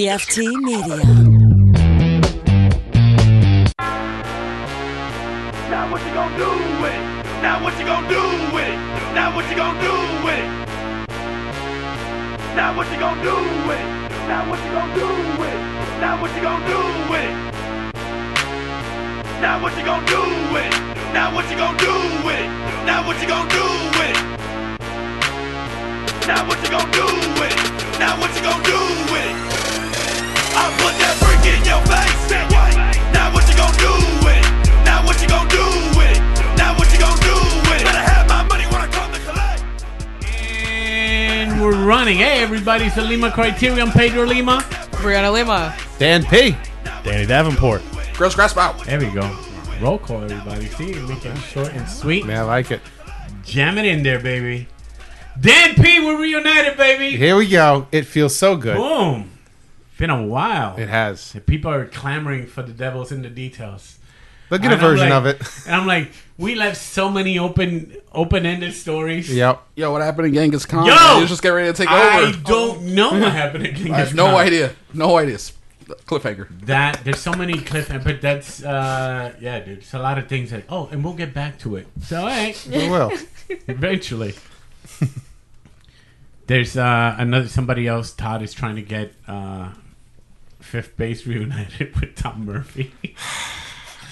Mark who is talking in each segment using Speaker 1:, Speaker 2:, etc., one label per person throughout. Speaker 1: PFT Media.
Speaker 2: Now what you gonna do with it? Now what you gonna do with it? Now what you gonna do with it? Now what you gonna do with it? Now what you gonna do with it? Now what you gonna do with it? Now what you gonna do with it? Now what you gonna do with it? Now what you gonna do with it? Now what you gonna do with it? Now what you gonna do with it? I put that brick in your face. Now what you gonna do with it? Now what you gonna do with it? Now what you gonna do with it? Better have my money when I come to collect.
Speaker 3: And we're running. Hey, everybody, it's the Lima Criterion, Pedro Lima.
Speaker 4: Brianna Lima.
Speaker 5: Dan P.
Speaker 6: Danny Davenport.
Speaker 7: Girls grasp out.
Speaker 3: There we go. Roll call, everybody. See, make it short and sweet.
Speaker 5: Man, I like it.
Speaker 3: Jam it in there, baby. Dan P, we're reunited, baby.
Speaker 5: Here we go. It feels so good.
Speaker 3: Boom. Been a while.
Speaker 5: It has.
Speaker 3: The people are clamoring for the devils in the details.
Speaker 5: They'll get a
Speaker 3: And I'm
Speaker 5: version
Speaker 3: like-
Speaker 5: of it.
Speaker 3: And I'm like, we left so many open open ended stories.
Speaker 5: yep.
Speaker 7: Yo, what happened in Genghis Khan?
Speaker 3: Yo!
Speaker 7: Man, They just get ready to take
Speaker 3: I
Speaker 7: over.
Speaker 3: don't know what happened at Genghis
Speaker 7: I have no
Speaker 3: Khan.
Speaker 7: idea. No idea. It's a Cliffhanger.
Speaker 3: That there's so many cliffhangers, but that's uh yeah, dude. It's a lot of things that oh, and we'll get back to it. So all right.
Speaker 5: It will.
Speaker 3: Eventually. There's uh, another somebody else. Todd is trying to get uh, fifth base reunited with Tom Murphy.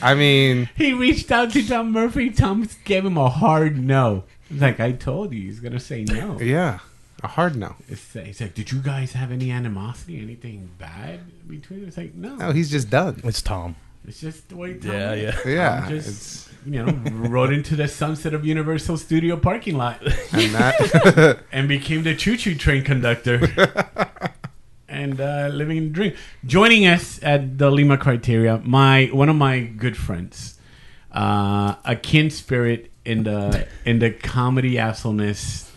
Speaker 5: I mean,
Speaker 3: he reached out to Tom Murphy. Tom gave him a hard no. He's Like I told you, he's gonna say no.
Speaker 5: yeah. A hard no.
Speaker 3: It's, he's like, "Did you guys have any animosity, anything bad between?" you?" It's like, "No,
Speaker 5: No, he's just done.
Speaker 6: It's Tom.
Speaker 3: it's just the way." Tom
Speaker 6: Yeah,
Speaker 3: is."
Speaker 6: yeah.
Speaker 5: Yeah.
Speaker 3: I'm just-
Speaker 5: it's-
Speaker 3: You know, rode into the sunset of Universal Studio parking lot.
Speaker 5: and that.
Speaker 3: and became the choo-choo train conductor and uh, living the dream. Joining us at the Lima Criteria, my one of my good friends, uh, a kin spirit in the in the comedy assholeness.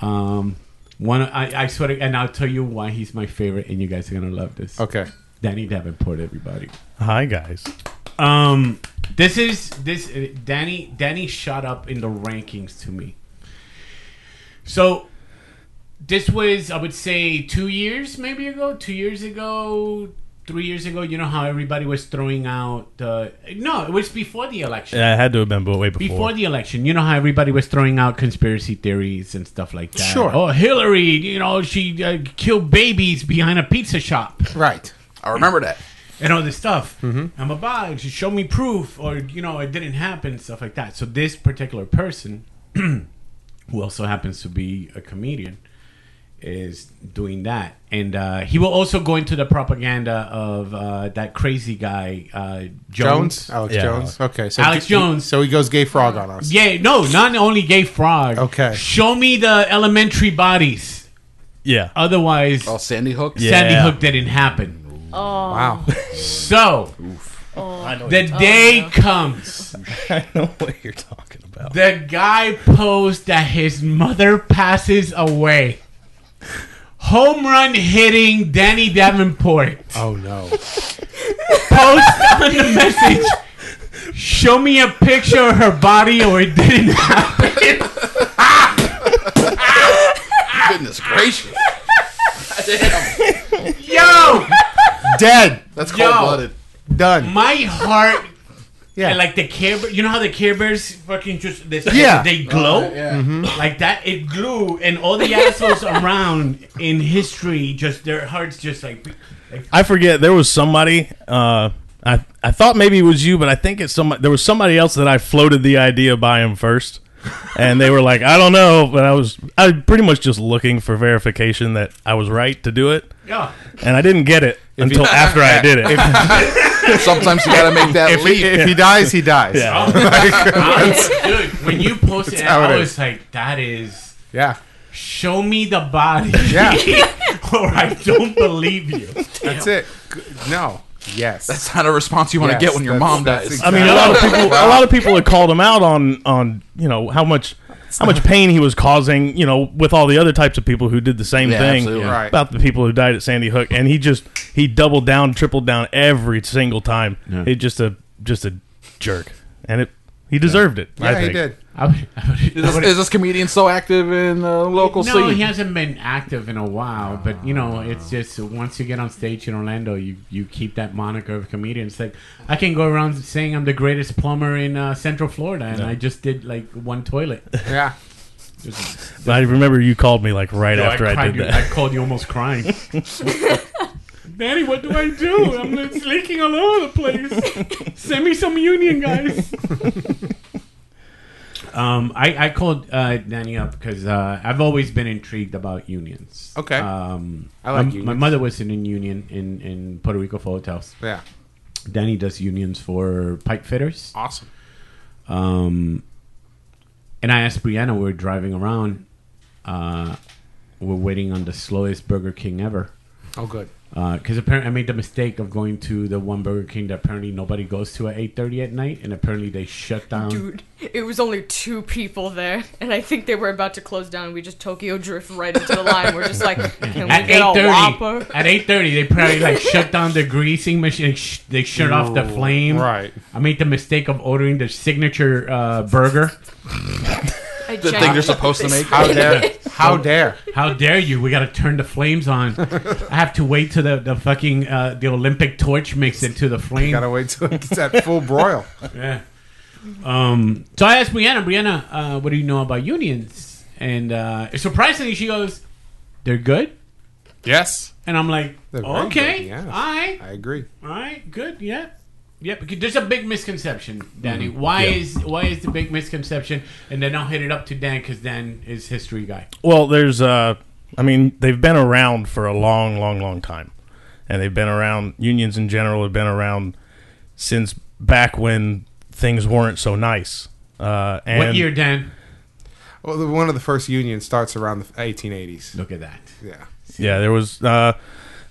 Speaker 3: um, one, I, I swear, to, and I'll tell you why he's my favorite, and you guys are gonna love this.
Speaker 5: okay.
Speaker 3: Danny Davenport, everybody.
Speaker 6: Hi, guys.
Speaker 3: Um, this is this uh, Danny. Danny shot up in the rankings to me. So, this was I would say two years maybe ago, two years ago, three years ago. You know how everybody was throwing out. Uh, no, it was before the election.
Speaker 6: Yeah, I had to have been way before.
Speaker 3: Before the election, you know how everybody was throwing out conspiracy theories and stuff like that.
Speaker 5: Sure.
Speaker 3: Oh, Hillary, you know, she uh, killed babies behind a pizza shop
Speaker 5: Right.
Speaker 7: I remember that.
Speaker 3: and all this stuff. I'm a bug. She showed me proof, or you know, it didn't happen, stuff like that. So this particular person, who also happens to be a comedian, is doing that, and uh, he will also go into the propaganda of uh, that crazy guy uh, Jones.
Speaker 5: Jones? Oh. Alex
Speaker 6: Yeah.
Speaker 5: Jones. Okay. So
Speaker 3: Alex Jones.
Speaker 5: So he goes gay frog on us.
Speaker 3: Yeah, no, not only gay frog.
Speaker 5: Okay.
Speaker 3: show me the elementary bodies.
Speaker 6: Yeah.
Speaker 3: Otherwise,
Speaker 7: Oh, Sandy Hook.
Speaker 6: Yeah.
Speaker 3: Sandy Hook didn't happen.
Speaker 5: Wow.
Speaker 3: So the day comes.
Speaker 6: I know what you're talking about.
Speaker 3: The guy posed that his mother passes away. Home run hitting Danny Davenport.
Speaker 5: Oh, no.
Speaker 3: Post on the message. Show me a picture of her body or it didn't happen.
Speaker 7: Goodness gracious.
Speaker 3: Yo!
Speaker 5: Dead.
Speaker 7: That's cold blooded.
Speaker 5: Done.
Speaker 3: My heart.
Speaker 5: Yeah.
Speaker 3: Like the Care Bear, you know how the Care Bears fucking just they,
Speaker 5: Yeah.
Speaker 3: they glow
Speaker 7: Yeah.
Speaker 5: Mm-hmm.
Speaker 3: like that. It glue, and all the assholes around in history just their hearts just like, like
Speaker 6: I forget. There was somebody. Uh, I I thought maybe it was you, but I think it's somebody. There was somebody else that I floated the idea by him first, and they were like, "I don't know," but I was I was pretty much just looking for verification that I was right to do it,
Speaker 3: yeah.
Speaker 6: and I didn't get it until after I did it.
Speaker 7: Sometimes you gotta make that leap.
Speaker 5: If he dies, he dies.
Speaker 6: Yeah.
Speaker 3: Dude, when you posted that,
Speaker 5: how it
Speaker 3: I
Speaker 5: is.
Speaker 3: was like, that is.
Speaker 5: Yeah.
Speaker 3: Show me the body.
Speaker 5: Yeah.
Speaker 3: or I don't believe you.
Speaker 5: That's it. G- No. Yes.
Speaker 7: That's not a response you want to
Speaker 5: Yes,
Speaker 7: get when your
Speaker 5: that's-
Speaker 7: mom
Speaker 5: that's
Speaker 7: dies.
Speaker 5: exactly-
Speaker 6: I mean, a lot of people, a lot of people had called him out on, on you know how much, how much pain he was causing, you know, with all the other types of people who did the same
Speaker 7: Yeah,
Speaker 6: thing
Speaker 7: absolutely.
Speaker 5: Right.
Speaker 6: about the people who died at Sandy Hook, and he just he doubled down, tripled down every single time. He just a just a jerk, and it He deserved it. I
Speaker 5: Yeah, he
Speaker 6: think.
Speaker 5: did.
Speaker 3: I would- I would-
Speaker 7: Is this, is this comedian so active in the local
Speaker 3: no,
Speaker 7: scene?
Speaker 3: he hasn't been active in a while, but you know, it's just once you get on stage in Orlando, you, you keep that moniker of comedian. It's like I can go around saying I'm the greatest plumber in uh, Central Florida, and I just did like one toilet.
Speaker 5: Yeah.
Speaker 6: But I remember you called me like right
Speaker 3: So
Speaker 6: after I,
Speaker 3: cried
Speaker 6: did
Speaker 3: you-
Speaker 6: that.
Speaker 3: I called you almost crying. Daddy, what do I do? I'm it's leaking all over the place. Send me some union guys. um, I, I called uh, Danny up because uh, I've always been intrigued about unions.
Speaker 5: Okay.
Speaker 3: Um,
Speaker 5: I like
Speaker 3: my- my
Speaker 5: unions.
Speaker 3: mother was in a union in, in Puerto Rico for hotels.
Speaker 5: Yeah.
Speaker 3: Danny does unions for pipe fitters.
Speaker 5: Awesome.
Speaker 3: Um, and I asked Brianna, we were driving around. Uh, we're waiting on the slowest Burger King ever.
Speaker 5: Oh, good.
Speaker 3: Because apparently I made the mistake of going to the one Burger King that apparently nobody goes to at 8.30 at night. And apparently they shut down.
Speaker 4: Dude, it was only two people there, and I think they were about to close down. We just Tokyo drift right into the line. We're just like, can
Speaker 3: At
Speaker 4: we get a
Speaker 3: 8.30,
Speaker 4: Whopper?
Speaker 3: at 8.30, they probably like shut down the greasing machine. They sh- They shut off the flame.
Speaker 5: Right.
Speaker 3: I made the mistake of ordering the signature uh, burger.
Speaker 4: I
Speaker 7: The thing
Speaker 4: genuinely-
Speaker 7: they're supposed to make.
Speaker 5: How dare? How dare?
Speaker 3: How dare you? We got to turn the flames on. I have to wait till the, the fucking uh, the Olympic torch makes it to the flame.
Speaker 5: Gotta wait till it's at full broil.
Speaker 3: Yeah. Um, so I asked Brianna, Brianna, uh, what do you know about unions? And uh, surprisingly, she goes, they're good.
Speaker 5: Yes.
Speaker 3: And I'm like,
Speaker 5: They're very
Speaker 3: okay,
Speaker 5: good, yes.
Speaker 3: all right,
Speaker 5: I agree.
Speaker 3: all right, good, yeah. Yeah, because there's a big misconception, Danny.
Speaker 5: Mm-hmm.
Speaker 3: Why is why is the big misconception? And then I'll hit it up to Dan because Dan is history guy.
Speaker 6: Well, there's uh I mean, they've been around for a long, long, long time. And they've been around unions in general have been around since back when things weren't so nice. Uh and
Speaker 3: what year, Dan?
Speaker 5: Well, the, one of the first unions starts around the 1880s.
Speaker 3: Look at that.
Speaker 5: Yeah.
Speaker 6: Yeah, there was uh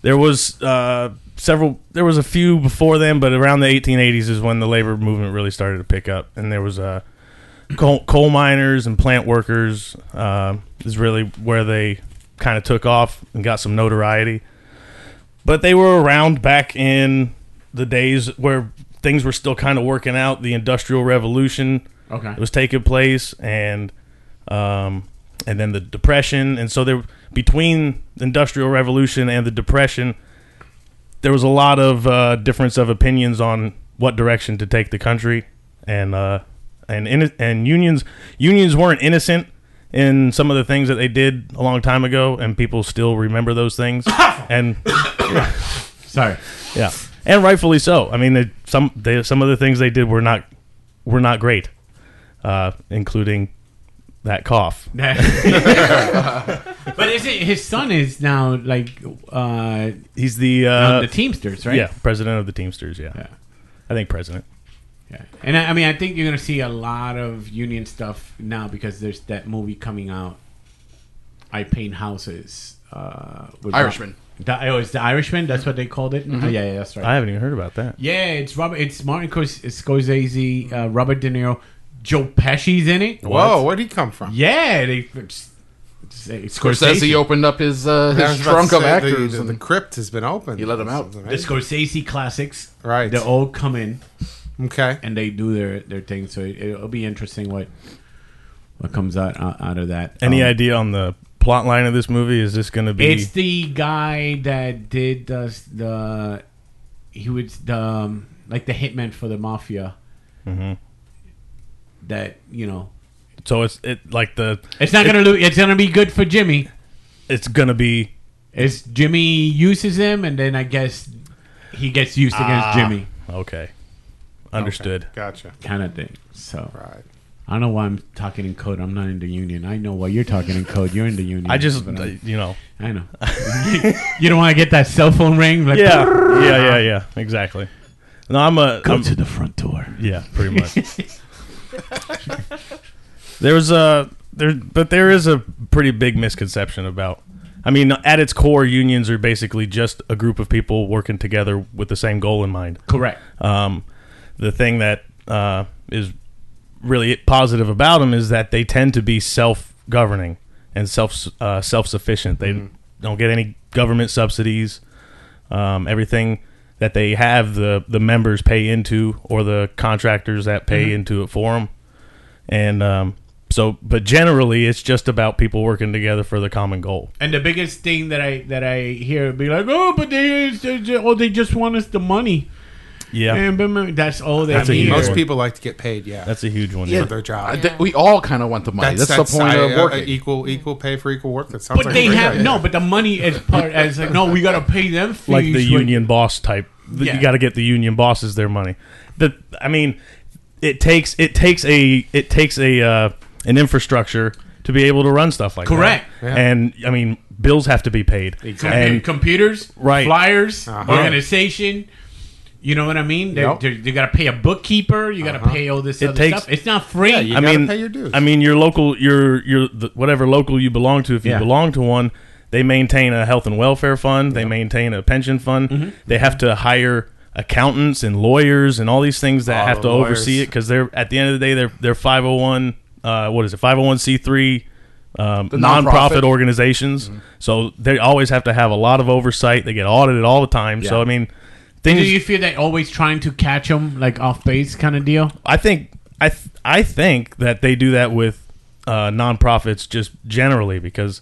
Speaker 6: there was uh several there was a few before then, but around the 1880s is when the labor movement really started to pick up and there was uh coal, coal miners and plant workers uh, is really where they kind of took off and got some notoriety. But they were around back in the days where things were still kind of working out. The Industrial Revolution
Speaker 3: Okay.
Speaker 6: was taking place, and um, and then the Depression, and so there between the Industrial Revolution and the Depression, there was a lot of uh, difference of opinions on what direction to take the country, and uh, and in, and unions unions weren't innocent in some of the things that they did a long time ago, and people still remember those things, and
Speaker 3: Sorry.
Speaker 6: yeah, and rightfully so. I mean, they, some they, some of the things they did were not were not great, uh, including that cough.
Speaker 3: but is it his son is now like uh,
Speaker 6: He's the
Speaker 3: on
Speaker 6: uh,
Speaker 3: the Teamsters, right?
Speaker 6: yeah president of the Teamsters. Yeah,
Speaker 3: Yeah.
Speaker 6: I think president.
Speaker 3: Yeah. And I, I mean, I think you're gonna see a lot of union stuff now because there's that movie coming out. I paint houses. Uh, with
Speaker 7: Irishman.
Speaker 3: The, oh, it's the Irishman. That's what they called it. Oh, yeah, yeah, that's right.
Speaker 6: Mm-hmm. I haven't even heard about that.
Speaker 3: yeah, it's Robert. It's Martin Cors- Scorsese, uh, Robert De Niro, Joe Pesci's in it.
Speaker 5: Whoa, where'd he come from?
Speaker 3: Yeah, they.
Speaker 7: Says
Speaker 3: Scorsese
Speaker 7: he opened up his uh,
Speaker 5: I was
Speaker 7: his
Speaker 5: about to
Speaker 7: trunk
Speaker 5: say,
Speaker 7: of
Speaker 5: the-
Speaker 7: actors.
Speaker 5: The, the
Speaker 7: and
Speaker 5: crypt has been open.
Speaker 7: He let 'em out.
Speaker 3: the Scorsese classics.
Speaker 5: Right.
Speaker 3: They all come in
Speaker 5: Okay.
Speaker 3: and they do their their thing. So it, it'll be interesting what what comes out out out of that.
Speaker 6: Any
Speaker 3: Um,
Speaker 6: idea on the plot line of this movie? Is this going to be?
Speaker 3: It's the guy that did the the he was the um, like the hitman for the mafia. That you know,
Speaker 6: so it's it like the
Speaker 3: it's not gonna lo- it's gonna be good for Jimmy.
Speaker 6: it's going to be
Speaker 3: It's Jimmy uses him, and then I guess he gets used against Jimmy,
Speaker 6: okay. Understood.
Speaker 5: Gotcha.
Speaker 3: kind of thing. So.
Speaker 5: Right.
Speaker 3: I don't know why I'm talking in code. I'm not in the union. I know why you're talking in code. You're in the union.
Speaker 6: I just
Speaker 3: But I'm-
Speaker 6: you know
Speaker 3: I know. you don't want to get that cell phone ring. Like,
Speaker 6: yeah yeah yeah yeah exactly. No, I'm a
Speaker 3: Go
Speaker 6: I'm-
Speaker 3: to the front door.
Speaker 6: Yeah, pretty much. There's a there, but there is a pretty big misconception about. I mean, at its core, unions are basically just a group of people working together with the same goal in mind.
Speaker 3: Correct.
Speaker 6: Um, the thing that uh, is really positive about them is that they tend to be self-governing and self uh, self-sufficient. They don't get any government subsidies. Um, everything that they have, the the members pay into, or the contractors that pay into it for them. and um, so but generally it's just about people working together for the common goal.
Speaker 3: And the biggest thing that I that I hear be like, oh, but they, they ju- oh they just want us the money.
Speaker 6: Yeah,
Speaker 3: And but my- that's all they
Speaker 6: That's a
Speaker 3: hear.
Speaker 6: huge
Speaker 5: Most
Speaker 6: Yeah.
Speaker 5: people like to get paid, yeah,
Speaker 6: that's a huge one.
Speaker 5: for
Speaker 6: Yeah,
Speaker 5: their job.
Speaker 7: I think we all kind of want the money. That's, the point
Speaker 5: I-
Speaker 7: of
Speaker 5: I-
Speaker 7: working.
Speaker 5: uh, equal equal pay for equal work. That sounds
Speaker 3: But
Speaker 5: like
Speaker 3: they
Speaker 5: a great
Speaker 3: have
Speaker 5: idea.
Speaker 3: no. But the money is part as like no, we gotta pay them fees.
Speaker 6: like the
Speaker 3: when-
Speaker 6: union boss type. The-
Speaker 3: Yeah.
Speaker 6: You got to get the union bosses their money. The I mean, it takes it takes a it takes a uh, an infrastructure to be able to run stuff like
Speaker 3: Correct.
Speaker 6: that. And I mean, bills have to be paid.
Speaker 3: Com-
Speaker 6: And
Speaker 3: computers,
Speaker 6: Right.
Speaker 3: Flyers, organization. You know what I mean? They,
Speaker 5: Uh-huh. Yep. Uh-huh.
Speaker 3: they you gotta pay a bookkeeper. You gotta pay all this
Speaker 6: It
Speaker 3: other
Speaker 6: takes-
Speaker 3: stuff. It's not free.
Speaker 5: you
Speaker 6: I
Speaker 5: gotta
Speaker 6: mean,
Speaker 5: pay your dues.
Speaker 6: I mean, your local, your your the, whatever local you belong to, if you
Speaker 3: Yeah.
Speaker 6: belong to one, they maintain a health and welfare fund. They maintain a pension fund.
Speaker 5: Mm-hmm.
Speaker 6: They have to hire accountants and lawyers and all these things that
Speaker 5: All
Speaker 6: have
Speaker 5: the
Speaker 6: to oversee
Speaker 5: lawyers.
Speaker 6: it because they're at the end of the day they're they're five hundred one. Uh, what is it? Five hundred one c three. Um,
Speaker 7: nonprofit.
Speaker 6: nonprofit organizations,
Speaker 5: Mm-hmm.
Speaker 6: so they always have to have a lot of oversight. They get audited all the time. So I mean, things
Speaker 3: Do you feel they always trying to catch them like off base kind of deal?
Speaker 6: I think I th- I think that they do that with uh, nonprofits just generally because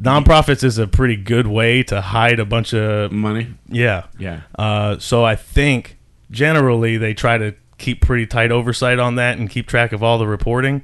Speaker 6: nonprofits is a pretty good way to hide a bunch of
Speaker 5: Mm.
Speaker 3: Money.
Speaker 6: yeah
Speaker 3: Yeah.
Speaker 6: Uh, so I think generally they try to keep pretty tight oversight on that and keep track of all the reporting.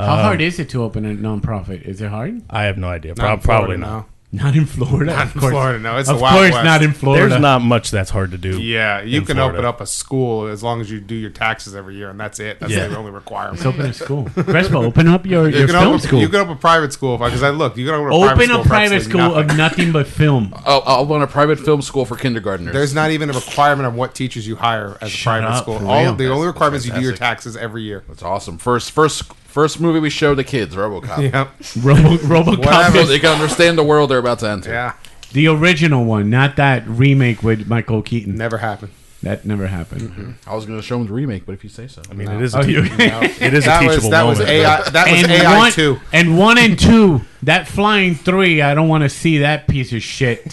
Speaker 3: How hard is it to open a nonprofit? Is it hard?
Speaker 6: I have no idea.
Speaker 5: Not in
Speaker 6: Prob- probably
Speaker 5: Florida,
Speaker 6: not.
Speaker 3: Not in Florida.
Speaker 5: Not
Speaker 3: of
Speaker 5: in
Speaker 3: course.
Speaker 5: Florida, no. It's
Speaker 3: of
Speaker 5: the Wild
Speaker 3: course,
Speaker 5: West.
Speaker 3: not in Florida.
Speaker 6: There's not much that's hard to do.
Speaker 5: Yeah, you
Speaker 6: in
Speaker 5: can
Speaker 6: Florida.
Speaker 5: open up a school as long as you do your taxes every year, and that's it. That's
Speaker 6: Yeah.
Speaker 5: the only requirement.
Speaker 3: Let's open a school. Crespo, open up your,
Speaker 5: you
Speaker 3: your
Speaker 5: can
Speaker 3: film
Speaker 5: open,
Speaker 3: school.
Speaker 5: You can open a private school because I looked. You can open a private
Speaker 3: open
Speaker 5: school.
Speaker 3: a
Speaker 5: for
Speaker 3: private
Speaker 5: absolutely
Speaker 3: school
Speaker 5: nothing.
Speaker 3: of nothing but film.
Speaker 7: I'll, I'll run a private film school for kindergartners.
Speaker 5: There's not even a requirement on what teachers you hire as a private
Speaker 3: up,
Speaker 5: school.
Speaker 3: for
Speaker 5: All
Speaker 3: real.
Speaker 5: the only
Speaker 7: That's-
Speaker 5: requirement is you do your
Speaker 7: fantastic.
Speaker 5: taxes every year.
Speaker 7: It's awesome. First, first, first movie we show the kids, RoboCop.
Speaker 5: Yep.
Speaker 3: Robo, RoboCop,
Speaker 5: Whatever.
Speaker 7: So
Speaker 3: is
Speaker 7: they can understand the world they're about to enter.
Speaker 5: Yeah.
Speaker 3: the original one, not that remake with Michael Keaton.
Speaker 5: Never happened.
Speaker 3: That never happened.
Speaker 7: I was going to show them the remake, but if you say so,
Speaker 6: I mean, it is a
Speaker 3: Oh,
Speaker 6: te-
Speaker 3: you-
Speaker 6: it is a
Speaker 5: That was
Speaker 6: teachable
Speaker 5: that was
Speaker 6: moment.
Speaker 5: AI. That was AI
Speaker 3: one,
Speaker 5: too.
Speaker 3: and one and two, that flying three. I don't want to see that piece of shit.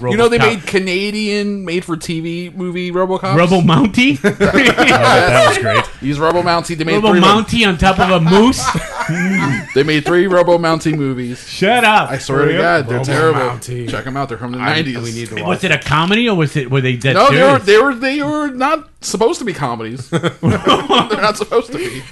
Speaker 7: you know they
Speaker 3: RoboCop.
Speaker 7: made Canadian made-for-TV movie RoboCop.
Speaker 3: Robo Mountie.
Speaker 6: that was great.
Speaker 7: These Robo Mountie. They made
Speaker 3: Robo
Speaker 7: three.
Speaker 3: Mountie on top of a moose.
Speaker 7: They made three Robo Mountie movies.
Speaker 3: Shut up.
Speaker 7: I swear to God, they're
Speaker 5: Robo
Speaker 7: terrible.
Speaker 5: Mountie.
Speaker 7: Check them out. They're from the
Speaker 5: I-
Speaker 7: nineties.
Speaker 5: We need to watch.
Speaker 3: Was it a comedy or was it were they dead
Speaker 7: No, they were,
Speaker 3: serious?
Speaker 7: they were they were not supposed to be comedies. They're not supposed to be.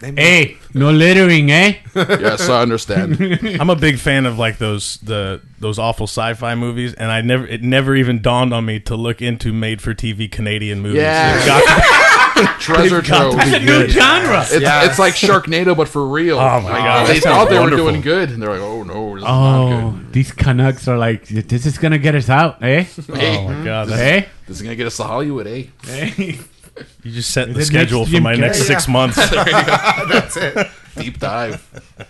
Speaker 3: hey, no littering, eh?
Speaker 7: Yes, I understand.
Speaker 6: I'm a big fan of like those the those awful sci-fi movies, and I never it never even dawned on me to look into made-for-TV Canadian movies.
Speaker 7: Yeah.
Speaker 6: Got-
Speaker 7: Treasure trove.
Speaker 3: That's a new genre.
Speaker 7: It's,
Speaker 5: Yeah.
Speaker 7: it's like Sharknado, but for real.
Speaker 6: Oh my God,
Speaker 7: They
Speaker 6: that
Speaker 7: thought
Speaker 6: sounds
Speaker 7: they
Speaker 6: wonderful.
Speaker 7: were doing good, and they're like, "Oh no, this is not
Speaker 3: Oh, these Canucks are like, this is gonna get us out, eh?
Speaker 7: good." Hey,
Speaker 6: oh my god, that's-
Speaker 3: eh?
Speaker 7: this is gonna get us to Hollywood, eh?
Speaker 3: Eh?
Speaker 6: you just set the
Speaker 3: next
Speaker 6: schedule for
Speaker 3: Jim
Speaker 6: my
Speaker 3: Carrey.
Speaker 6: next six months.
Speaker 7: Deep dive.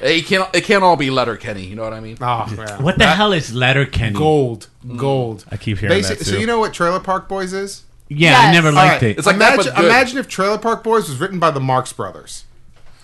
Speaker 7: hey, it can't it can't all be letter Kenny? You know what I mean?
Speaker 5: Oh, yeah.
Speaker 3: What the hell is Letter Kenny?
Speaker 5: Gold, gold.
Speaker 6: I keep hearing
Speaker 5: Basi-
Speaker 6: that too.
Speaker 5: So you know what Trailer Park Boys is?
Speaker 3: Yeah, I
Speaker 4: Yes.
Speaker 3: never
Speaker 5: All
Speaker 3: liked
Speaker 5: right.
Speaker 3: it.
Speaker 7: It's like that,
Speaker 5: imagine,
Speaker 7: but good.
Speaker 5: imagine if Trailer Park Boys was written by the Marx Brothers.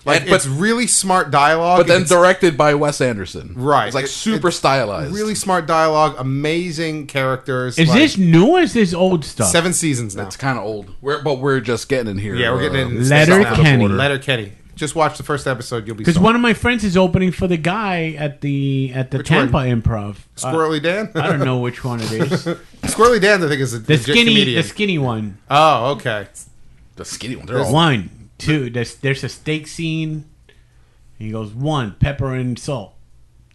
Speaker 5: Like
Speaker 7: And- but-
Speaker 5: it's really smart dialogue,
Speaker 7: But then
Speaker 5: it's
Speaker 7: directed by Wes Anderson.
Speaker 5: Right.
Speaker 7: It's like
Speaker 5: It-
Speaker 7: super
Speaker 5: it's
Speaker 7: stylized.
Speaker 5: really smart dialogue, amazing characters.
Speaker 3: Is
Speaker 5: like,
Speaker 3: this new or is this old stuff?
Speaker 5: seven seasons now?
Speaker 7: It's kind of old. We're, but we're just getting in here.
Speaker 5: Yeah, we're getting
Speaker 7: Uh,
Speaker 5: in this
Speaker 3: Letter
Speaker 5: stuff now.
Speaker 3: Kenny.
Speaker 5: Letter Kenny. Just watch the first episode. You'll be
Speaker 3: Because
Speaker 5: sold.
Speaker 3: one of my friends is opening for the guy at the at the
Speaker 5: Which
Speaker 3: Tampa
Speaker 5: one?
Speaker 3: Improv. Uh,
Speaker 5: Squirrely Dan.
Speaker 3: I don't know which one it is.
Speaker 5: Squirrely Dan, I think is a
Speaker 3: The
Speaker 5: legit
Speaker 3: skinny,
Speaker 5: comedian.
Speaker 3: the skinny one.
Speaker 5: oh, okay.
Speaker 7: the skinny one. They're all
Speaker 3: One, two. There's there's a steak scene. He goes one pepper and salt.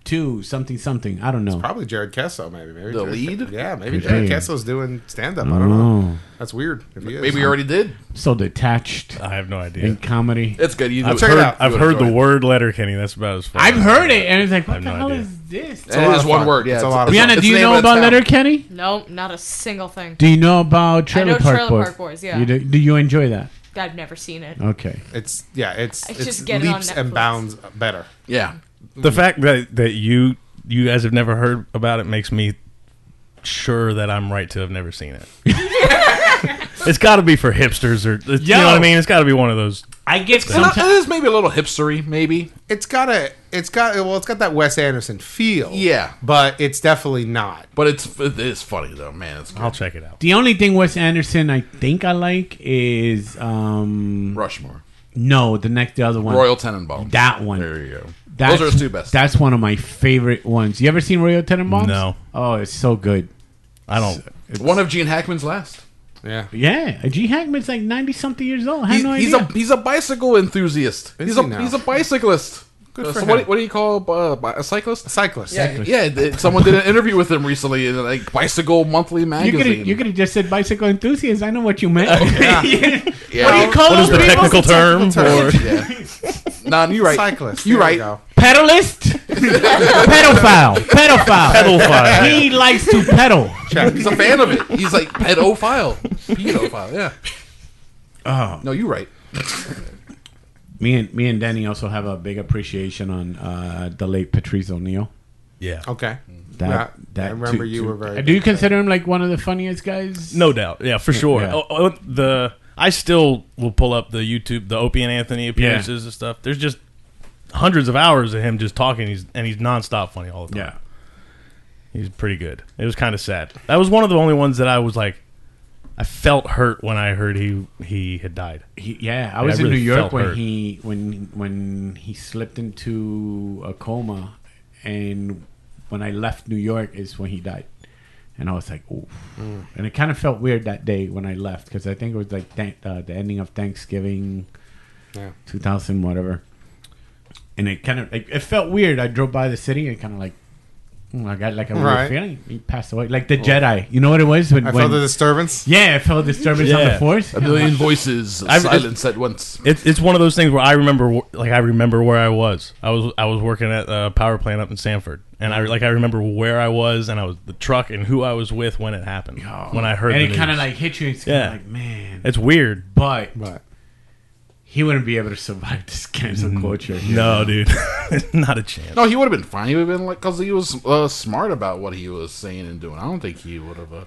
Speaker 3: Two something something. I don't know.
Speaker 5: Probably Jared Kesso, maybe. maybe
Speaker 7: The
Speaker 5: Jared-
Speaker 7: lead?
Speaker 5: Yeah, maybe
Speaker 3: Could
Speaker 5: Jared
Speaker 3: be.
Speaker 5: Kesso's doing stand up. I don't know. That's weird. If he is.
Speaker 7: Maybe we already did.
Speaker 3: So detached
Speaker 6: I have no
Speaker 3: in
Speaker 6: idea.
Speaker 3: comedy.
Speaker 7: It's good. You
Speaker 6: I've
Speaker 5: check it
Speaker 6: heard,
Speaker 5: out.
Speaker 6: I've
Speaker 7: You
Speaker 6: heard the
Speaker 7: enjoy it.
Speaker 6: word letter Kenny. That's about as far.
Speaker 3: I've
Speaker 6: as-
Speaker 3: heard it and it's like,
Speaker 6: I
Speaker 3: what
Speaker 6: have
Speaker 3: the
Speaker 6: no
Speaker 3: hell
Speaker 6: idea.
Speaker 3: is this?
Speaker 7: It
Speaker 5: lot
Speaker 7: is
Speaker 5: of
Speaker 7: one
Speaker 5: fun.
Speaker 7: word. Yeah,
Speaker 5: It's a lot of
Speaker 7: it's
Speaker 5: fun.
Speaker 3: Brianna,
Speaker 7: it's
Speaker 3: do you
Speaker 7: the
Speaker 3: know
Speaker 7: name of
Speaker 3: about
Speaker 7: town.
Speaker 3: Letterkenny?
Speaker 4: Nope, not a single thing.
Speaker 3: Do you know about Trailer
Speaker 4: know
Speaker 3: Park
Speaker 4: Trailer
Speaker 3: Boys?
Speaker 4: Park Boys, yeah.
Speaker 3: You do, do you enjoy that?
Speaker 4: I've never seen it.
Speaker 3: Okay.
Speaker 5: It's yeah. It's
Speaker 4: I
Speaker 5: it's
Speaker 4: just get it on
Speaker 5: leaps and
Speaker 4: Netflix.
Speaker 5: bounds better.
Speaker 7: Yeah.
Speaker 6: The fact that that you you guys have never heard about it makes me sure that I'm right to have never seen it. it's got to be for hipsters or you know what I mean. It's got to be one of those
Speaker 3: I get
Speaker 7: And
Speaker 3: sometimes.
Speaker 7: it is maybe a little hipstery, maybe.
Speaker 5: It's got a, it's got, well, it's got that Wes Anderson feel.
Speaker 7: Yeah.
Speaker 5: but it's definitely not.
Speaker 7: But it's it is funny though, man. It's
Speaker 3: Oh.
Speaker 6: I'll check it out.
Speaker 3: The only thing Wes Anderson I think I like is um
Speaker 7: Rushmore,
Speaker 3: no the next the other one
Speaker 7: Royal Tenenbaum.
Speaker 3: that one
Speaker 7: There you go.
Speaker 3: That's,
Speaker 7: Those are his two best.
Speaker 3: That's one of my favorite ones. You ever seen Royal Tenenbaums?
Speaker 6: No.
Speaker 3: Oh, it's so good.
Speaker 6: I don't.
Speaker 7: one of Gene Hackman's last.
Speaker 5: Yeah,
Speaker 3: Yeah, G Hackman's like ninety something years old. I had
Speaker 7: He-
Speaker 3: no
Speaker 7: he's
Speaker 3: idea.
Speaker 7: a he's a bicycle enthusiast.
Speaker 5: Is
Speaker 7: he's
Speaker 5: he
Speaker 7: a
Speaker 5: now?
Speaker 7: he's a bicyclist.
Speaker 5: Good
Speaker 7: Uh,
Speaker 5: for
Speaker 7: so What,
Speaker 5: him.
Speaker 7: do- what do you call uh, bi- a cyclist?
Speaker 5: cyclist.
Speaker 7: Yeah, yeah. th- Someone did an interview with him recently in like Bicycle Monthly
Speaker 3: you could
Speaker 7: magazine.
Speaker 3: have you could have just said bicycle enthusiast. I know what you meant.
Speaker 7: Oh, yeah.
Speaker 3: What do you call
Speaker 6: What
Speaker 3: those
Speaker 6: is the
Speaker 3: people?
Speaker 6: technical term?
Speaker 5: term?
Speaker 6: for-
Speaker 7: Nah, you're right.
Speaker 5: Cyclist.
Speaker 7: You're
Speaker 5: There we
Speaker 7: right.
Speaker 5: go.
Speaker 3: Pedalist, pedophile, pedophile,
Speaker 6: Pedophile.
Speaker 3: He likes to pedal.
Speaker 7: He's a fan of it. He's like pedophile. Pedophile. Yeah. Oh. No, you're right.
Speaker 3: Me and me and Danny also have a big appreciation on uh, the late Patrice O'Neill.
Speaker 6: Yeah.
Speaker 5: Okay.
Speaker 3: That,
Speaker 5: Yeah,
Speaker 3: that
Speaker 5: I remember
Speaker 3: to-
Speaker 5: you
Speaker 3: to-
Speaker 5: were very.
Speaker 3: Do you consider him like one of the funniest guys?
Speaker 6: No doubt. Yeah, for sure.
Speaker 3: yeah.
Speaker 6: Oh, oh, the I still will pull up the YouTube, the Opie and Anthony appearances and stuff. There's just hundreds of hours of him just talking. He's and he's nonstop funny all the time.
Speaker 3: Yeah.
Speaker 6: He's pretty good. It was kind of sad. That was one of the only ones that I was like, I felt hurt when I heard he he had died.
Speaker 3: He, yeah, I was
Speaker 6: I
Speaker 3: in
Speaker 6: really
Speaker 3: New York
Speaker 6: felt
Speaker 3: when
Speaker 6: hurt.
Speaker 3: he when when he slipped into a coma, and when I left New York is when he died, and I was like, oof.
Speaker 5: Mm.
Speaker 3: And it kind of felt weird that day when I left because I think it was like thank, uh, the ending of Thanksgiving,
Speaker 5: Yeah.
Speaker 3: two thousand whatever, and it kind of like, it felt weird. I drove by the city and kind of like. mm, I got like a weird
Speaker 5: Right.
Speaker 3: feeling. He passed away, like the Jedi. You know what it was when?
Speaker 5: I
Speaker 3: when
Speaker 5: felt the disturbance.
Speaker 3: yeah, I felt disturbance on the
Speaker 6: Yeah.
Speaker 3: force.
Speaker 7: A million voices of
Speaker 6: I've-
Speaker 7: silence at once.
Speaker 6: It's it's one of those things where I remember wh- like I remember where I was. I was I was working at a power plant up in Sanford, and I like I remember where I was and I was the truck and who I was with when it happened. When I heard
Speaker 3: and
Speaker 6: the
Speaker 3: it kind of
Speaker 6: news.
Speaker 3: like hit you. It's
Speaker 6: Yeah.
Speaker 3: yeah. like man,
Speaker 6: it's weird.
Speaker 3: but
Speaker 5: But
Speaker 3: he wouldn't be able to survive this cancel
Speaker 7: Mm-hmm.
Speaker 3: culture.
Speaker 6: No, dude, not a chance.
Speaker 7: No, he would have been fine. He would have been like, because he was uh, smart about what he was saying and doing. I don't think he would have. Uh,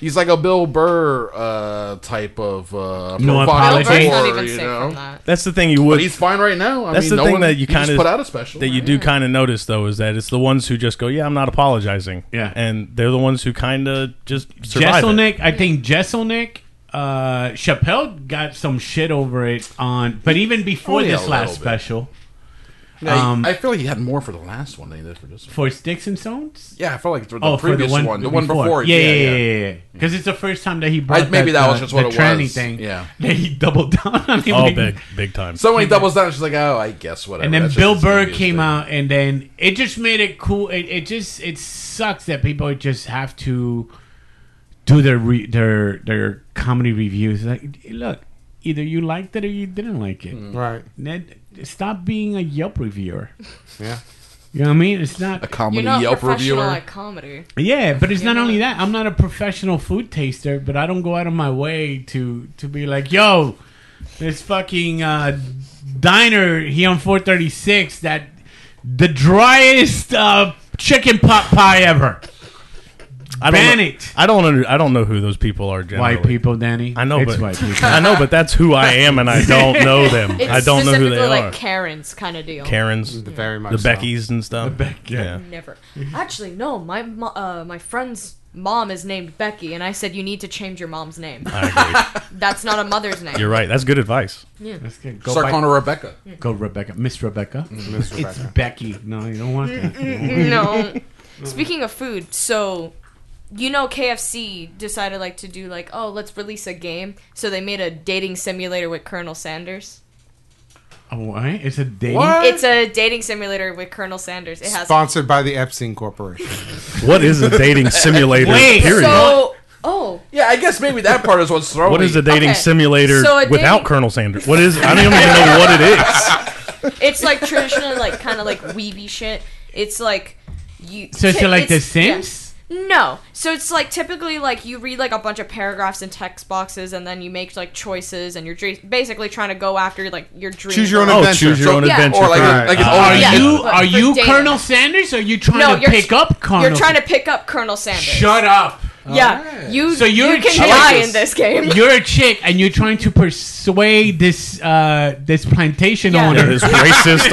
Speaker 7: he's like a Bill Burr uh, type of uh,
Speaker 3: No
Speaker 7: provocateur,
Speaker 3: apology.
Speaker 4: Bird's not
Speaker 7: you
Speaker 4: even safe
Speaker 7: know?
Speaker 4: from that.
Speaker 6: That's the thing you would.
Speaker 7: But he's fine right now. I
Speaker 6: That's
Speaker 7: mean,
Speaker 6: the
Speaker 7: no
Speaker 6: thing
Speaker 7: one-
Speaker 6: that
Speaker 7: he
Speaker 6: you
Speaker 7: just
Speaker 6: kinda-
Speaker 7: put out a special
Speaker 6: that you do kind of notice though is that it's the ones who just go, yeah, I'm not apologizing.
Speaker 3: Yeah.
Speaker 6: and they're the ones who kind of just survive. it.
Speaker 3: Jesselnick, I think Jesselnick, uh, Chappelle got some shit over it on, but even before
Speaker 7: Oh, yeah,
Speaker 3: this
Speaker 7: a
Speaker 3: last
Speaker 7: little bit.
Speaker 3: special
Speaker 7: Yeah,
Speaker 3: Um,
Speaker 7: I feel like he had more for the last one than he did for this. one.
Speaker 3: for Sticks and Stones.
Speaker 7: Yeah, I felt like for the
Speaker 3: Oh, for
Speaker 7: previous
Speaker 3: the one,
Speaker 7: the one before.
Speaker 3: Yeah, yeah, yeah, yeah. Because it's the first time that he brought
Speaker 7: maybe that
Speaker 3: uh,
Speaker 7: was just what
Speaker 3: the
Speaker 7: it
Speaker 3: tranny
Speaker 7: was.
Speaker 3: thing.
Speaker 7: Yeah.
Speaker 3: that he doubled down on him.
Speaker 6: Oh, big, big time.
Speaker 7: So when he doubles down, she's like, "Oh, I guess whatever."
Speaker 3: and then
Speaker 7: That's just
Speaker 3: Bill
Speaker 7: his
Speaker 3: Burr
Speaker 7: previous
Speaker 3: came
Speaker 7: thing.
Speaker 3: out, and then it just made it cool. It, it just it sucks that people just have to do their re, their their comedy reviews. Like, look, either you liked it or you didn't like it.
Speaker 7: Hmm.
Speaker 5: right.
Speaker 3: Ned, stop being a Yelp reviewer.
Speaker 5: Yeah.
Speaker 3: You know what I mean? It's
Speaker 7: a
Speaker 3: not.
Speaker 7: comedy
Speaker 4: You're not
Speaker 7: Yelp
Speaker 4: professional
Speaker 7: reviewer.
Speaker 4: at comedy.
Speaker 3: Yeah, but it's not
Speaker 4: Yeah.
Speaker 3: only that. I'm not a professional food taster, but I don't go out of my way to to be like, yo, this fucking uh, diner here on 436 that the driest uh, chicken pot pie ever.
Speaker 6: I don't
Speaker 3: Ban
Speaker 6: know,
Speaker 3: it.
Speaker 6: I don't under, I don't know who those people are. Generally.
Speaker 3: White people, Danny.
Speaker 6: I know,
Speaker 3: it's
Speaker 6: but
Speaker 3: white people.
Speaker 6: I know, but that's who I am, and I don't know them.
Speaker 4: It's
Speaker 6: I don't know who
Speaker 4: specifically
Speaker 6: they
Speaker 4: like
Speaker 6: are.
Speaker 4: Karen's kind of deal.
Speaker 6: Karens, the,
Speaker 5: Very much. so.
Speaker 6: Beckys, and stuff.
Speaker 3: Beck, yeah.
Speaker 4: Never. Actually, no. My mo- uh, my friend's mom is named Becky, and I said you need to change your mom's name.
Speaker 6: I agree.
Speaker 4: That's not a mother's name.
Speaker 6: Uh, You're right. That's good advice.
Speaker 3: Let's get, go,
Speaker 7: Start
Speaker 3: by-
Speaker 7: calling her Rebecca.
Speaker 3: go Rebecca. Miss Rebecca.
Speaker 6: Mm.
Speaker 5: Miss
Speaker 3: It's
Speaker 5: Rebecca.
Speaker 3: Becky. No, you don't want that.
Speaker 4: no. Speaking of food, so you know KFC decided like to do like, oh, let's release a game. So they made a dating simulator with Colonel Sanders.
Speaker 3: Oh, why? It's a dating.
Speaker 7: What?
Speaker 4: It's a dating simulator with Colonel Sanders. It has
Speaker 5: Sponsored by the Epstein Corporation.
Speaker 6: What is a dating simulator?
Speaker 3: Wait,
Speaker 6: period?
Speaker 4: so oh
Speaker 7: Yeah, I guess maybe that part is what's throwing.
Speaker 6: what is a dating
Speaker 4: Okay.
Speaker 6: simulator
Speaker 4: So a dating-
Speaker 6: without Colonel Sanders? What is? I don't even know what it is.
Speaker 4: it's like traditional like kind of like weeby shit. It's like you
Speaker 3: So it's like The
Speaker 4: yeah.
Speaker 3: Sims?
Speaker 4: No. So it's like typically like you read like a bunch of paragraphs and text boxes and then you make like choices and you're dre- basically trying to go after like your dream.
Speaker 5: Choose your own
Speaker 4: girl.
Speaker 6: Oh,
Speaker 5: Adventure.
Speaker 6: choose your
Speaker 7: So-
Speaker 6: own
Speaker 4: yeah.
Speaker 6: adventure.
Speaker 7: or like,
Speaker 5: Right.
Speaker 7: a, like an
Speaker 5: Uh,
Speaker 7: old
Speaker 3: Are
Speaker 4: yeah.
Speaker 3: you
Speaker 4: But
Speaker 3: are
Speaker 4: for
Speaker 3: you
Speaker 4: dating.
Speaker 3: Colonel Sanders? Or are you trying
Speaker 4: No,
Speaker 3: to
Speaker 4: you're-
Speaker 3: pick up Colonel?
Speaker 4: You're trying to pick up Colonel Sanders.
Speaker 3: Shut up.
Speaker 4: yeah, you
Speaker 3: So you're
Speaker 4: you can
Speaker 3: a
Speaker 4: die
Speaker 3: chick.
Speaker 4: in this game.
Speaker 3: You're a chick and you're trying to persuade this uh, this plantation
Speaker 4: Yeah.
Speaker 3: owner.
Speaker 6: This racist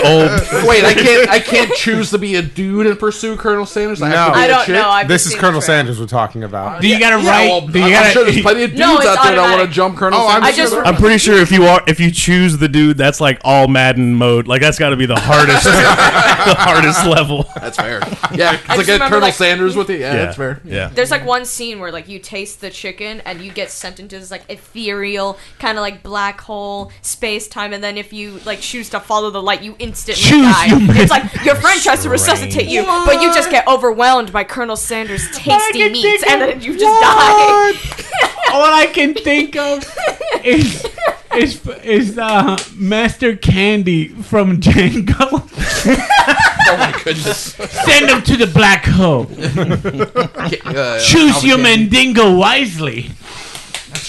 Speaker 6: old.
Speaker 7: Wait, I can't. I can't choose to be a dude and pursue Colonel Sanders. I have
Speaker 5: No.
Speaker 7: to be
Speaker 4: I
Speaker 7: a
Speaker 4: don't
Speaker 7: chick?
Speaker 4: know. I've
Speaker 5: This
Speaker 4: just
Speaker 5: is
Speaker 4: seen
Speaker 5: Colonel
Speaker 4: the trailer.
Speaker 5: Sanders we're talking about.
Speaker 4: Uh,
Speaker 3: Do you gotta
Speaker 7: Yeah,
Speaker 3: write?
Speaker 7: well,
Speaker 3: do you
Speaker 7: I'm
Speaker 3: gotta?
Speaker 7: sure there's plenty of dudes
Speaker 4: No, it's
Speaker 7: out there that want
Speaker 4: automatic.
Speaker 7: to jump Colonel
Speaker 5: Oh, I'm
Speaker 7: Sanders.
Speaker 4: I just
Speaker 5: sure.
Speaker 6: I'm pretty sure if you are if you choose the dude, that's like all Madden mode. Like that's got to be the hardest, the hardest level.
Speaker 7: That's fair. Yeah, it's like a
Speaker 4: remember,
Speaker 7: Colonel
Speaker 4: like-
Speaker 7: Sanders with it. Yeah,
Speaker 6: Yeah.
Speaker 7: that's fair.
Speaker 6: Yeah.
Speaker 4: There's like one scene where like you taste the chicken and you get sent into this like ethereal kind of like black hole space time, and then if you like choose to follow the light, you instantly
Speaker 3: Choose,
Speaker 4: die.
Speaker 3: you
Speaker 4: it's like your friend tries to
Speaker 6: Strange.
Speaker 4: resuscitate you, but you just get overwhelmed by Colonel Sanders' tasty
Speaker 3: can
Speaker 4: meats,
Speaker 3: think
Speaker 4: and
Speaker 3: of
Speaker 4: then you just die.
Speaker 3: all I can think of is is is uh, Master Candy from Django.
Speaker 7: Oh my goodness.
Speaker 3: Send him to the black hole.
Speaker 7: Uh,
Speaker 3: Choose
Speaker 7: Albert
Speaker 3: your
Speaker 7: Candy.
Speaker 3: mandingo wisely.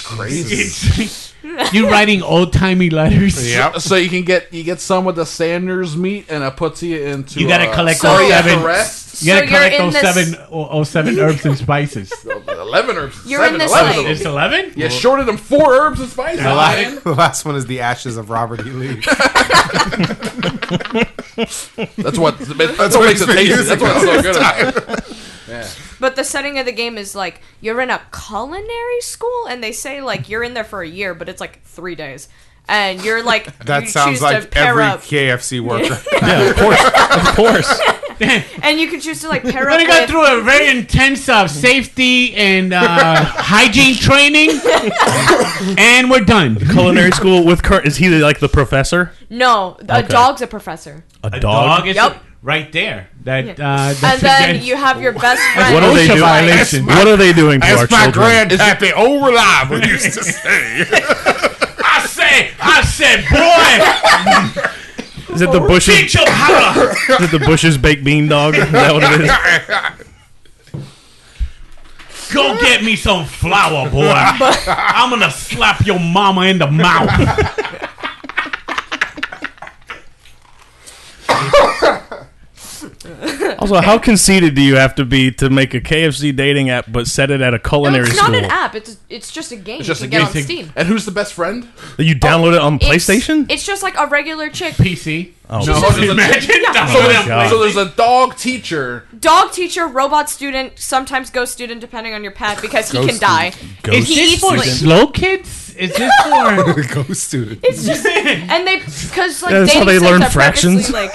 Speaker 7: Crazy.
Speaker 3: You're writing old timey letters.
Speaker 5: Yep.
Speaker 7: So you can get you get some with the Sanders meat, and it puts you into.
Speaker 3: You gotta
Speaker 7: uh,
Speaker 3: collect
Speaker 7: Soria
Speaker 4: all
Speaker 3: seven.
Speaker 7: Caress.
Speaker 3: You gotta
Speaker 4: So you're
Speaker 3: collect
Speaker 4: in
Speaker 3: those
Speaker 4: this-
Speaker 3: seven, all, all seven herbs and spices.
Speaker 7: Eleven herbs.
Speaker 4: You're
Speaker 7: seven,
Speaker 4: in
Speaker 7: 11
Speaker 4: this, like-
Speaker 7: of them.
Speaker 3: It's eleven.
Speaker 7: You shorted them four herbs and spices. man.
Speaker 5: The last one is the ashes of Robert E. Lee.
Speaker 7: That's what. That's what makes it
Speaker 5: been
Speaker 7: tasty.
Speaker 5: used
Speaker 7: That's what's so good. About. it.
Speaker 4: But the setting of the game is like you're in a culinary school, and they say like you're in there for a year, but it's like three days, and you're like
Speaker 5: That
Speaker 4: you choose
Speaker 5: sounds
Speaker 4: to
Speaker 5: like
Speaker 4: pair
Speaker 5: every
Speaker 4: up,
Speaker 5: KFC worker.
Speaker 6: Yeah, of course, of course.
Speaker 4: and you can choose to like pair
Speaker 3: Then
Speaker 4: up.
Speaker 3: I got
Speaker 4: with-
Speaker 3: through a very intense uh, safety and uh, hygiene training, and we're done.
Speaker 6: Culinary school with Kurt. Is he like the professor?
Speaker 4: No, a dog's a professor.
Speaker 6: A,
Speaker 3: A dog, is
Speaker 4: Yep.
Speaker 3: right there. That uh,
Speaker 4: Yeah.
Speaker 3: that
Speaker 4: and then
Speaker 3: suggests-
Speaker 4: you have your best friend.
Speaker 6: What are
Speaker 3: OSHA
Speaker 6: they doing?
Speaker 3: violation.
Speaker 6: What are they doing to our
Speaker 5: That's my
Speaker 6: children?
Speaker 5: grandpappy, old reliable, used to say.
Speaker 3: I say, I said,
Speaker 6: is it the
Speaker 3: boy,
Speaker 6: bushes?
Speaker 3: teach him how to.
Speaker 6: Is it the bushes baked bean dog? Is that what it is?
Speaker 3: Go get me some flour, boy. I'm gonna slap your mama in the mouth.
Speaker 6: Also, how conceited do you have to be to make a KFC dating app but set it at a
Speaker 4: No,
Speaker 6: culinary
Speaker 4: it's
Speaker 6: school?
Speaker 4: not an app. It's it's just a game.
Speaker 7: just
Speaker 4: you
Speaker 7: a
Speaker 4: can
Speaker 7: game.
Speaker 4: get on Steam.
Speaker 7: And who's the best friend?
Speaker 6: You download it on PlayStation?
Speaker 4: Oh, It's, it's just like a regular chick.
Speaker 3: PC.
Speaker 6: oh,
Speaker 7: So there's a-
Speaker 3: Imagine that's
Speaker 6: Oh
Speaker 3: what
Speaker 6: my
Speaker 3: I'm
Speaker 6: God.
Speaker 7: So there's a dog teacher.
Speaker 4: Dog teacher, robot student, sometimes ghost student, depending on your pet, because he can die.
Speaker 6: Ghost
Speaker 4: he eats
Speaker 3: for
Speaker 4: like-
Speaker 3: slow kids? Is this for?
Speaker 5: Ghost student.
Speaker 4: and they because like
Speaker 6: That's how
Speaker 4: dating
Speaker 6: they
Speaker 4: sims
Speaker 6: learn
Speaker 4: are purposely,
Speaker 6: fractions.
Speaker 4: Like,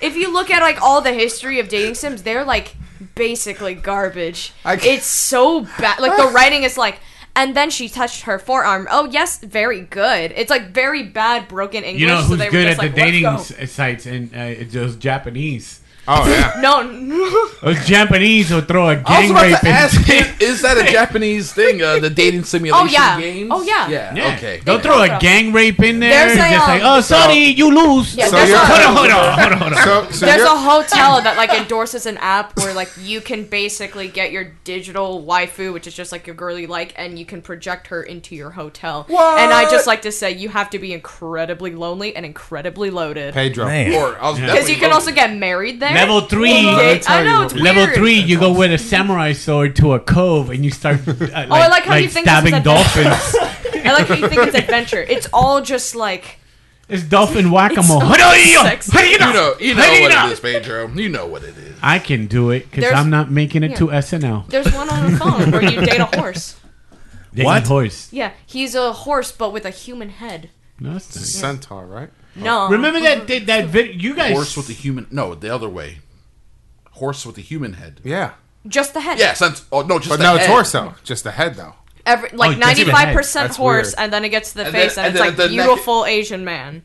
Speaker 4: if you look at like all the history of dating sims, they're like basically garbage. It's so bad. Like the writing is like. And then she touched her forearm. Oh yes, very good. It's like very bad broken English.
Speaker 3: you know
Speaker 4: so
Speaker 3: who's
Speaker 4: they were
Speaker 3: good at
Speaker 4: just
Speaker 3: the
Speaker 4: like,
Speaker 3: dating
Speaker 4: "Let's
Speaker 3: s- sites and uh, it's those Japanese.
Speaker 5: Oh, yeah.
Speaker 4: go." No,
Speaker 3: Those Japanese will throw a
Speaker 7: I was
Speaker 3: gang
Speaker 7: about
Speaker 3: rape
Speaker 7: to ask,
Speaker 3: in.
Speaker 7: i- is that a Japanese thing? Uh, the dating simulation
Speaker 4: Oh, yeah.
Speaker 7: games?
Speaker 4: Oh, yeah.
Speaker 7: Yeah,
Speaker 3: Yeah.
Speaker 7: okay.
Speaker 3: They'll throw a
Speaker 4: Yeah.
Speaker 3: gang rape in there.
Speaker 4: There's
Speaker 3: and
Speaker 4: a,
Speaker 3: just
Speaker 4: um,
Speaker 3: like, oh, sorry, you lose.
Speaker 4: Yeah,
Speaker 5: So
Speaker 4: there's,
Speaker 5: you're-
Speaker 4: a,
Speaker 3: Hold on, hold on, hold on, hold on.
Speaker 5: So, so
Speaker 4: there's
Speaker 5: you're,
Speaker 4: a hotel that like endorses an app where like you can basically get your digital waifu, which is just like your girl you like, and you can project her into your hotel. And I just like to say you have to be incredibly lonely and incredibly loaded.
Speaker 5: Pedro.
Speaker 6: Man.
Speaker 7: Or I was
Speaker 4: Because
Speaker 7: definitely
Speaker 4: you
Speaker 7: oh,
Speaker 4: can also get married there.
Speaker 3: Level three.
Speaker 4: Yeah,
Speaker 5: Let me tell
Speaker 4: I know
Speaker 5: you
Speaker 4: it's
Speaker 5: what-
Speaker 3: Level
Speaker 4: weird.
Speaker 3: three, you go with a samurai sword to a cove and you start uh, like,
Speaker 4: Oh, I like how you think this is
Speaker 3: stabbing
Speaker 4: a-
Speaker 3: dolphins.
Speaker 4: I like how you think it's adventure. It's all just like
Speaker 3: it's dolphin whack a mole.
Speaker 4: sexy.
Speaker 7: You know, you know
Speaker 3: Hey,
Speaker 7: what
Speaker 3: Nina.
Speaker 7: it is, Pedro. You know what it is.
Speaker 3: I can do it because
Speaker 4: There's-
Speaker 3: I'm not making it
Speaker 4: yeah.
Speaker 3: to SNL.
Speaker 4: there's one on the phone where you date a horse.
Speaker 3: They
Speaker 6: What?
Speaker 3: eat horse?
Speaker 4: Yeah, he's a horse but with a human head.
Speaker 3: No, that's nice.
Speaker 5: Centaur, right?
Speaker 4: No.
Speaker 3: Remember that that, that video? You guys.
Speaker 7: Horse with the human. No, the other way. Horse with the human head.
Speaker 5: Yeah.
Speaker 4: just the head.
Speaker 7: Yeah, since oh no, just
Speaker 5: But
Speaker 7: the
Speaker 5: no
Speaker 7: head.
Speaker 5: torso, just the head, though.
Speaker 4: Every, like
Speaker 3: just the head.
Speaker 4: ninety-five percent
Speaker 5: That's
Speaker 4: horse,
Speaker 5: weird.
Speaker 4: and then it gets to the
Speaker 7: And
Speaker 4: face,
Speaker 7: then-
Speaker 4: and,
Speaker 7: and
Speaker 4: it's
Speaker 7: then
Speaker 4: like
Speaker 7: the neck-
Speaker 4: beautiful Asian man.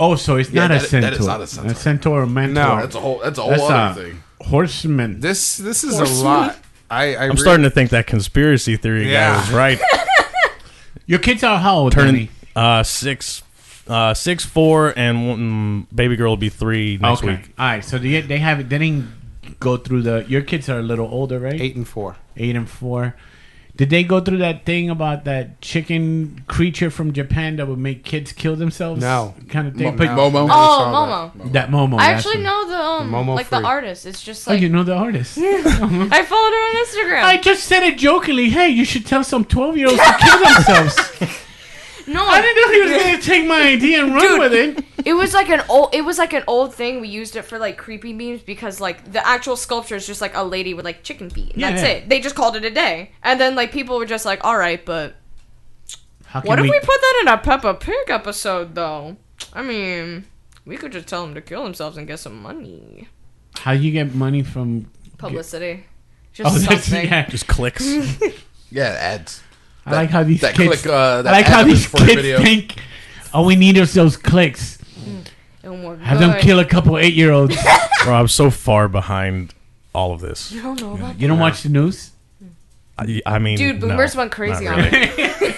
Speaker 3: oh, so it's
Speaker 7: Yeah,
Speaker 3: not a
Speaker 7: that- that
Speaker 3: centaur.
Speaker 7: is not a centaur.
Speaker 3: A centaur or mentor.
Speaker 5: No.
Speaker 7: That's a whole. That's a whole
Speaker 3: That's uh,
Speaker 7: other
Speaker 3: a
Speaker 7: thing.
Speaker 3: horseman.
Speaker 5: This this is a lot. I, I
Speaker 6: I'm starting to think that conspiracy theory
Speaker 5: Yeah.
Speaker 6: guy was right.
Speaker 3: Your kids are how old?
Speaker 6: Turning
Speaker 3: Danny?
Speaker 6: uh, six, uh, six, four, and one, mm, baby girl will be three next
Speaker 3: Okay.
Speaker 6: week.
Speaker 3: All right. So they, they haven't. They didn't go through the. Your kids are a little older, right?
Speaker 5: eight and four.
Speaker 3: Eight and four. Did they go through that thing about that chicken creature from Japan that would make kids kill themselves?
Speaker 5: No.
Speaker 3: kind of
Speaker 7: Mo-
Speaker 3: thing. But-
Speaker 7: Momo.
Speaker 4: Oh, Momo.
Speaker 3: That Momo.
Speaker 4: I
Speaker 3: that's
Speaker 4: actually
Speaker 3: what-
Speaker 4: know the um,
Speaker 5: Momo
Speaker 4: like
Speaker 5: freak.
Speaker 4: the artist. It's just
Speaker 3: Oh,
Speaker 4: like
Speaker 3: you know the artist.
Speaker 4: I followed her on Instagram.
Speaker 3: I just said it jokingly. Hey, you should tell some twelve-year-olds to kill themselves.
Speaker 4: no,
Speaker 3: I didn't know he was going to take my idea and run
Speaker 4: Dude.
Speaker 3: with it.
Speaker 4: It was like an old. It was like an old thing. We used it for like creepy memes because like the actual sculpture is just like a lady with like chicken feet. And
Speaker 3: Yeah,
Speaker 4: that's
Speaker 3: yeah.
Speaker 4: it. They just called it a day. And then like people were just like, "All right, but
Speaker 3: How can
Speaker 4: what if
Speaker 3: we?
Speaker 4: we put that in a Peppa Pig episode though? I mean, we could just tell them to kill themselves and get some money.
Speaker 3: how you get money from?
Speaker 4: Publicity,
Speaker 3: Oh,
Speaker 4: just
Speaker 3: that's,
Speaker 4: something.
Speaker 3: yeah.
Speaker 6: Just clicks.
Speaker 7: Yeah, ads.
Speaker 3: I like how these
Speaker 7: that
Speaker 3: kids.
Speaker 7: click, uh, that
Speaker 3: I like how
Speaker 7: ad
Speaker 3: these
Speaker 7: for a
Speaker 3: kids
Speaker 7: video.
Speaker 3: think. All we need is those clicks.
Speaker 4: No more
Speaker 3: Have them
Speaker 4: good.
Speaker 3: kill a couple eight-year-olds.
Speaker 6: Bro, I'm so far behind all of this.
Speaker 4: I don't know about
Speaker 3: you don't watch the news.
Speaker 6: I, I mean,
Speaker 4: Dude,
Speaker 6: no,
Speaker 4: boomers went crazy
Speaker 6: not
Speaker 4: on it.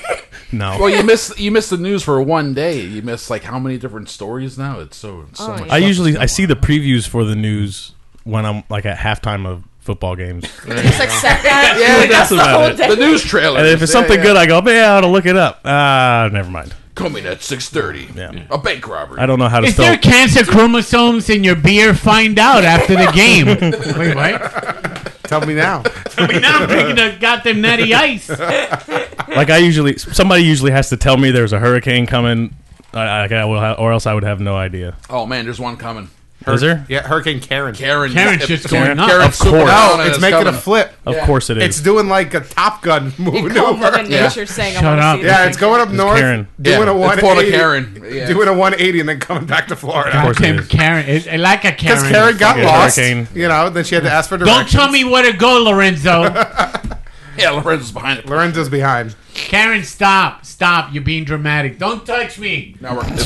Speaker 6: No.
Speaker 7: Well, you miss you miss the news for one day. You miss like how many different stories now. It's so so
Speaker 4: Oh,
Speaker 7: much.
Speaker 4: yeah.
Speaker 6: I
Speaker 7: stuff
Speaker 6: usually
Speaker 7: is
Speaker 6: I see
Speaker 7: going
Speaker 6: the previews for the news when I'm like at halftime of football games.
Speaker 4: Just like set that.
Speaker 7: Yeah,
Speaker 4: like,
Speaker 6: that's
Speaker 4: that's the
Speaker 6: about
Speaker 4: whole
Speaker 6: it.
Speaker 4: day.
Speaker 7: on. the news trailer.
Speaker 6: And if it's something good, I go, yeah, I ought to look it up. Ah, never mind.
Speaker 7: coming at six thirty.
Speaker 6: Yeah.
Speaker 7: a bank robbery.
Speaker 6: I don't know how to
Speaker 3: Is
Speaker 6: spell.
Speaker 3: there cancer chromosomes in your beer? Find out after the game. Wait, what?
Speaker 5: Tell me now.
Speaker 3: I mean, now I'm drinking a goddamn natty ice.
Speaker 6: like I usually, somebody usually has to tell me there's a hurricane coming, I, I, I will ha- or else I would have no idea.
Speaker 7: Oh man, there's one coming.
Speaker 6: Is there?
Speaker 5: Yeah, Hurricane Karen.
Speaker 7: Karen.
Speaker 3: Karen's just going up.
Speaker 7: Karen's
Speaker 6: Of
Speaker 7: swooping
Speaker 6: course.
Speaker 7: down
Speaker 5: No,
Speaker 7: and
Speaker 5: it's making
Speaker 7: coming.
Speaker 5: a flip.
Speaker 6: Of course it is.
Speaker 5: It's doing like a Top Gun
Speaker 4: You
Speaker 5: maneuver.
Speaker 4: called Mother
Speaker 7: Yeah.
Speaker 4: Nature saying,
Speaker 3: Shut
Speaker 4: I want
Speaker 3: up.
Speaker 4: to see
Speaker 5: Yeah,
Speaker 4: this
Speaker 5: it's going up north,
Speaker 6: Karen.
Speaker 7: Yeah,
Speaker 5: doing a
Speaker 7: it's full of
Speaker 5: 180,
Speaker 7: Karen. Yeah.
Speaker 5: doing a 180, and then coming back to Florida.
Speaker 6: course it
Speaker 3: Goddamn
Speaker 6: is.
Speaker 3: Karen. It, it like a
Speaker 5: Because
Speaker 3: Karen.
Speaker 5: Karen got
Speaker 6: Fucking
Speaker 5: lost,
Speaker 6: hurricane.
Speaker 5: you know. Then she had to ask for
Speaker 3: Don't
Speaker 5: directions.
Speaker 3: tell me where to go, Lorenzo.
Speaker 7: Yeah, Lorenzo's behind it.
Speaker 5: Lorenzo's behind.
Speaker 3: Karen, stop. Stop. You're being dramatic. Don't touch me.
Speaker 7: Now we're.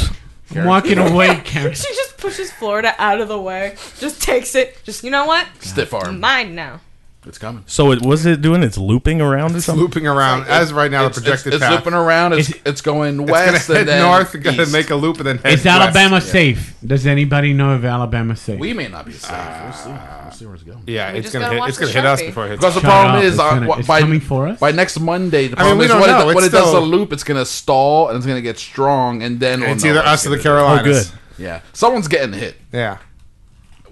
Speaker 3: I'm walking away, Karen.
Speaker 4: She just pushes Florida out of the way. Just takes it. Just you know what?
Speaker 7: Stiff arm.
Speaker 4: Mine now.
Speaker 7: It's coming.
Speaker 6: so it was it doing? It's looping around or
Speaker 5: It's
Speaker 6: something.
Speaker 5: looping around as right now
Speaker 7: It's,
Speaker 5: the projected
Speaker 7: it's, it's
Speaker 5: path.
Speaker 7: looping around. It's, it's going west
Speaker 5: it's gonna
Speaker 7: and
Speaker 5: head
Speaker 7: then
Speaker 5: north,
Speaker 7: east.
Speaker 5: gonna make a loop, and then head
Speaker 3: Is
Speaker 5: west.
Speaker 3: Alabama safe? Does anybody know if Alabama's safe?
Speaker 7: We may not be safe. we'll see. We'll see where it's going.
Speaker 5: Yeah,
Speaker 4: We
Speaker 5: it's
Speaker 4: just
Speaker 5: gonna
Speaker 4: gotta
Speaker 5: hit,
Speaker 4: watch
Speaker 5: it's
Speaker 4: the
Speaker 5: gonna hit us
Speaker 4: Sharpie.
Speaker 5: before it hits.
Speaker 7: Because the
Speaker 5: us.
Speaker 3: Ah. Shut
Speaker 7: problem
Speaker 3: up,
Speaker 7: is,
Speaker 3: it's
Speaker 7: uh,
Speaker 3: gonna-
Speaker 7: wha-
Speaker 3: it's
Speaker 7: by,
Speaker 3: coming for us?
Speaker 7: by next Monday, the
Speaker 5: I mean,
Speaker 7: problem
Speaker 5: we
Speaker 7: is
Speaker 5: don't
Speaker 7: what,
Speaker 5: know,
Speaker 7: It,
Speaker 5: it's
Speaker 7: what it does
Speaker 5: still-
Speaker 7: a loop, it's going to stall and it's going to get strong, and then we'll
Speaker 5: It's
Speaker 7: know
Speaker 5: either us
Speaker 7: what's
Speaker 5: or the
Speaker 7: gonna
Speaker 6: Oh,
Speaker 5: Carolinas.
Speaker 6: good.
Speaker 7: be. Yeah, someone's getting hit
Speaker 5: Yeah.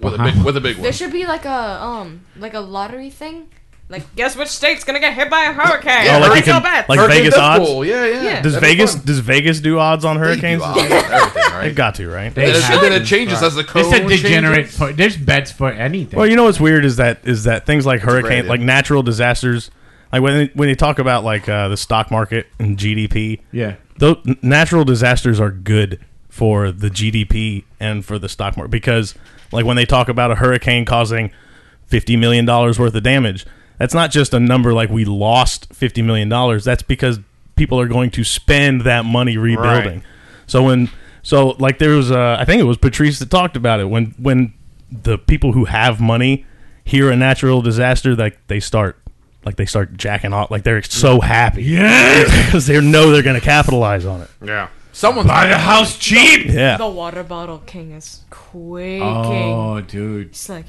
Speaker 7: with a big with a big one.
Speaker 4: There should be like a um like a lottery thing. Like guess which state's gonna get hit by a hurricane?
Speaker 6: Oh, like you
Speaker 4: Let's go
Speaker 6: can,
Speaker 4: bets.
Speaker 6: like
Speaker 7: Hurricane
Speaker 6: Vegas
Speaker 7: Death
Speaker 6: odds.
Speaker 7: Bowl, Yeah, yeah.
Speaker 4: Yeah.
Speaker 6: Does
Speaker 7: That'd be
Speaker 6: Vegas
Speaker 7: fun.
Speaker 6: does Vegas do odds on
Speaker 7: They do
Speaker 6: hurricanes?
Speaker 7: odds on everything,
Speaker 6: They've
Speaker 7: right?
Speaker 6: got to right.
Speaker 3: They
Speaker 7: And then,
Speaker 3: have-
Speaker 7: and then it changes as the code
Speaker 3: it's a degenerate.
Speaker 7: changes.
Speaker 3: For, there's bets for anything.
Speaker 6: Well, you know what's weird is that is that things like hurricane,
Speaker 7: rated.
Speaker 6: like natural disasters, like when they, when you talk about like uh, the stock market and GDP,
Speaker 3: yeah.
Speaker 6: those natural disasters are good for the GDP and for the stock market because like when they talk about a hurricane causing 50 million dollars worth of damage, that's not just a number like we lost 50 million dollars, that's because people are going to spend that money rebuilding. So when so like there was uh, I think it was Patrice that talked about it when when the people who have money hear a natural disaster like they start like they start jacking off like they're so happy because they know they're going to capitalize on it.
Speaker 5: Yeah.
Speaker 7: Someone's
Speaker 3: house cheap.
Speaker 6: Yeah.
Speaker 4: The water bottle king is quaking.
Speaker 3: Oh, dude,
Speaker 4: It's like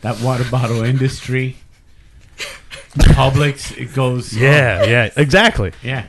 Speaker 3: that water bottle industry. Publix, it goes.
Speaker 6: Yeah, yeah, exactly.
Speaker 3: yeah.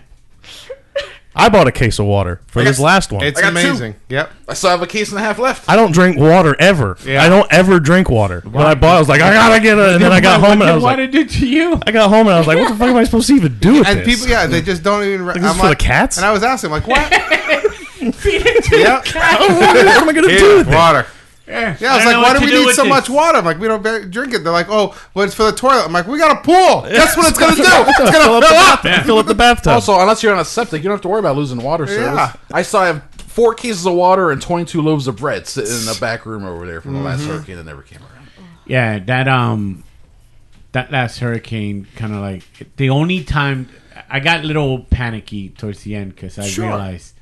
Speaker 6: I bought a case of water for this
Speaker 5: got-
Speaker 6: last one.
Speaker 5: It's
Speaker 7: I got two.
Speaker 5: amazing. Yep.
Speaker 7: I still have a case and a half left.
Speaker 6: I don't drink water ever.
Speaker 5: Yeah.
Speaker 6: I don't ever drink water. When I bought, it, I was like, I gotta get it, and then I got
Speaker 3: What
Speaker 6: home and
Speaker 3: did
Speaker 6: I was
Speaker 3: water
Speaker 6: like,
Speaker 3: do to you?
Speaker 6: I got home and I was like, what the fuck am I supposed to even do with
Speaker 5: And
Speaker 6: this?
Speaker 5: people, yeah, they just don't even. Re-
Speaker 6: Like, this is for the cats.
Speaker 5: And I was asking, like, what?
Speaker 3: Feed it to
Speaker 5: yep.
Speaker 6: Oh, what am I gonna do
Speaker 5: Here,
Speaker 6: with it?
Speaker 5: water.
Speaker 3: Yeah,
Speaker 5: Yeah, I was like, why do we need so much water? I'm like, we don't ba- drink it. They're like, oh, well, it's for the toilet. I'm like, we got a pool. That's what it's gonna do. It's
Speaker 6: Fill
Speaker 5: gonna
Speaker 6: up the
Speaker 5: fill up.
Speaker 6: bathtub. Fill up the bathtub.
Speaker 7: Also, unless you're on a septic, you don't have to worry about losing water service.
Speaker 5: Yeah.
Speaker 7: I still have four cases of water and 22 loaves of bread sitting in the back room over there from the last hurricane that never came around.
Speaker 3: Yeah, that um, that last hurricane kind of like the only time I got a little panicky towards the end because I realized,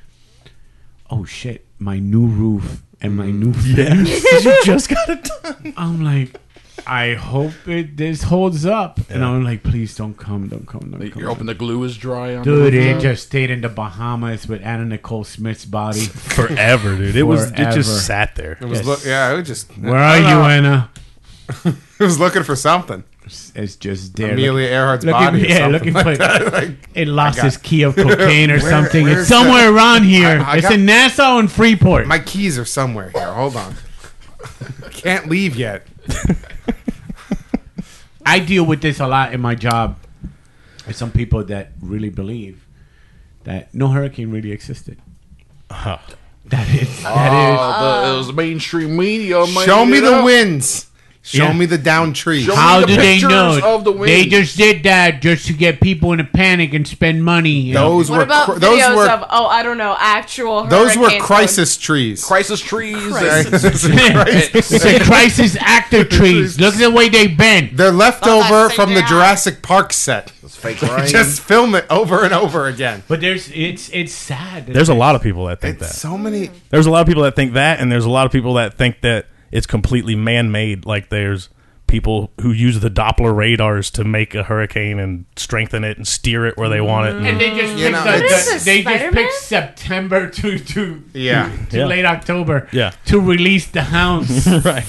Speaker 3: oh shit, my new roof and my new
Speaker 6: yeah. you just got it done.
Speaker 3: I'm like, I hope it this holds up, and I'm like, please don't come, don't come, don't come.
Speaker 7: You're hoping the glue is dry on
Speaker 3: Dude,
Speaker 7: the
Speaker 3: it just stayed in the Bahamas with Anna Nicole Smith's body.
Speaker 6: Forever, dude. It was. It
Speaker 3: Forever.
Speaker 6: just sat there.
Speaker 5: It was look- yeah, it was just.
Speaker 3: Where are you, Anna?
Speaker 5: It was looking for something.
Speaker 3: It's just there.
Speaker 5: Amelia Earhart's
Speaker 3: looking,
Speaker 5: body. or
Speaker 3: yeah,
Speaker 5: something
Speaker 3: looking
Speaker 5: like
Speaker 3: for
Speaker 5: that.
Speaker 3: it.
Speaker 5: Like,
Speaker 3: It lost its key of cocaine or
Speaker 5: Where-
Speaker 3: something. It's
Speaker 5: where's
Speaker 3: somewhere around here.
Speaker 5: I- I
Speaker 3: it's
Speaker 5: got-
Speaker 3: in Nassau and Freeport.
Speaker 5: my keys are somewhere here. Hold on. Can't leave yet.
Speaker 3: I deal with this a lot in my job. There's some people that really believe that no hurricane really existed. That is
Speaker 5: Oh,
Speaker 3: that is
Speaker 7: Uh, the, it was mainstream media. made
Speaker 5: Show me
Speaker 7: it
Speaker 5: the
Speaker 7: up.
Speaker 5: winds. Show
Speaker 3: Yeah.
Speaker 5: me the down trees.
Speaker 7: Show
Speaker 3: how
Speaker 7: me the
Speaker 3: do they
Speaker 7: pictures
Speaker 3: know?
Speaker 7: of the
Speaker 3: they
Speaker 7: wind.
Speaker 3: just did that just to get people in a panic and spend money. you know?
Speaker 5: Those
Speaker 4: What
Speaker 5: were
Speaker 4: about
Speaker 5: cr-
Speaker 4: videos
Speaker 5: those were
Speaker 4: of oh I don't know actual
Speaker 5: those were
Speaker 4: hurricane
Speaker 5: crisis trees.
Speaker 7: crisis trees.
Speaker 4: Crisis.
Speaker 7: and-
Speaker 3: it's a crisis actor trees. Look at the way they bend.
Speaker 5: They're left over
Speaker 4: that's
Speaker 5: from the
Speaker 4: CGI.
Speaker 5: Jurassic Park set.
Speaker 7: It's fake rain.
Speaker 5: Just film it over and over again.
Speaker 3: But there's it's it's sad.
Speaker 6: There's a lot of people that think that.
Speaker 5: So many.
Speaker 6: There's a lot of people that think that, and there's a lot of people that think that it's completely man-made. Like there's people who use the Doppler radars to make a hurricane and strengthen it and steer it where they want it. and-
Speaker 3: And they just
Speaker 5: You
Speaker 3: picked
Speaker 5: know,
Speaker 3: the-
Speaker 5: What is
Speaker 3: the-
Speaker 4: this,
Speaker 3: they just
Speaker 4: Spider-Man?
Speaker 3: picked September to to
Speaker 5: Yeah.
Speaker 3: to, to
Speaker 6: Yeah.
Speaker 3: late October
Speaker 6: Yeah.
Speaker 3: to release the hounds.
Speaker 6: right.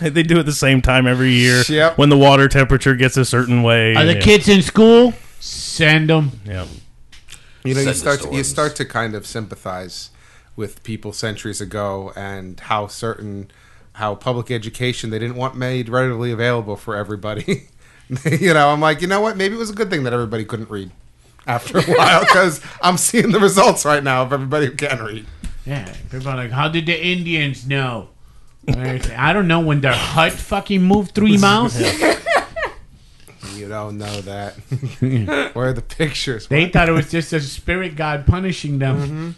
Speaker 6: They do it the same time every year
Speaker 5: Yep.
Speaker 6: when the water temperature gets a certain way.
Speaker 3: Are the
Speaker 6: Yeah.
Speaker 3: kids in school? Send them.
Speaker 6: Yeah.
Speaker 5: You know, you
Speaker 7: Send us
Speaker 5: start
Speaker 7: the
Speaker 5: to, you
Speaker 7: ones.
Speaker 5: start to kind of sympathize with people centuries ago and how certain how public education they didn't want made readily available for everybody. you know, I'm like, you know what? Maybe it was a good thing that everybody couldn't read after a while because I'm seeing the results right now of everybody who can read.
Speaker 3: Yeah, people are like, how did the Indians know? I don't know when their hut fucking moved three miles.
Speaker 5: You don't know that. Where are the pictures?
Speaker 3: They thought it was just a spirit god punishing them.
Speaker 4: Mm-hmm.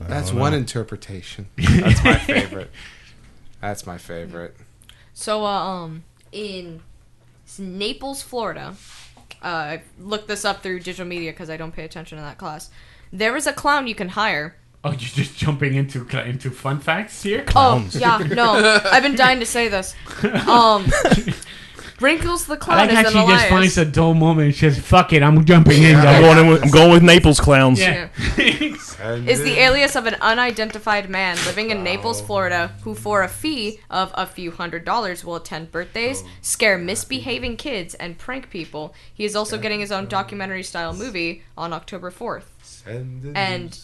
Speaker 5: That's one interpretation. That's my favorite. That's my favorite.
Speaker 4: So, uh, um, in s- Naples, Florida, uh, I looked this up through digital media because I don't pay attention in that class. There is a clown you can hire.
Speaker 3: Oh, you're just jumping into cl- into fun facts here.
Speaker 4: Oh, yeah, no, I've been dying to say this. Um, Wrinkles the
Speaker 3: I
Speaker 4: clown
Speaker 3: like how
Speaker 4: is
Speaker 3: she
Speaker 4: an
Speaker 3: just finds
Speaker 4: Elias.
Speaker 3: a dull moment. and She says, "Fuck it, I'm jumping in."
Speaker 6: I'm
Speaker 3: there."
Speaker 6: going in with, I'm going with Naples clowns.
Speaker 3: Yeah.
Speaker 4: Is the alias of an unidentified man living in Naples, Florida, who for a fee of a few hundred dollars will attend birthdays, scare misbehaving kids, and prank people. He is also getting his own documentary style movie on October 4th. And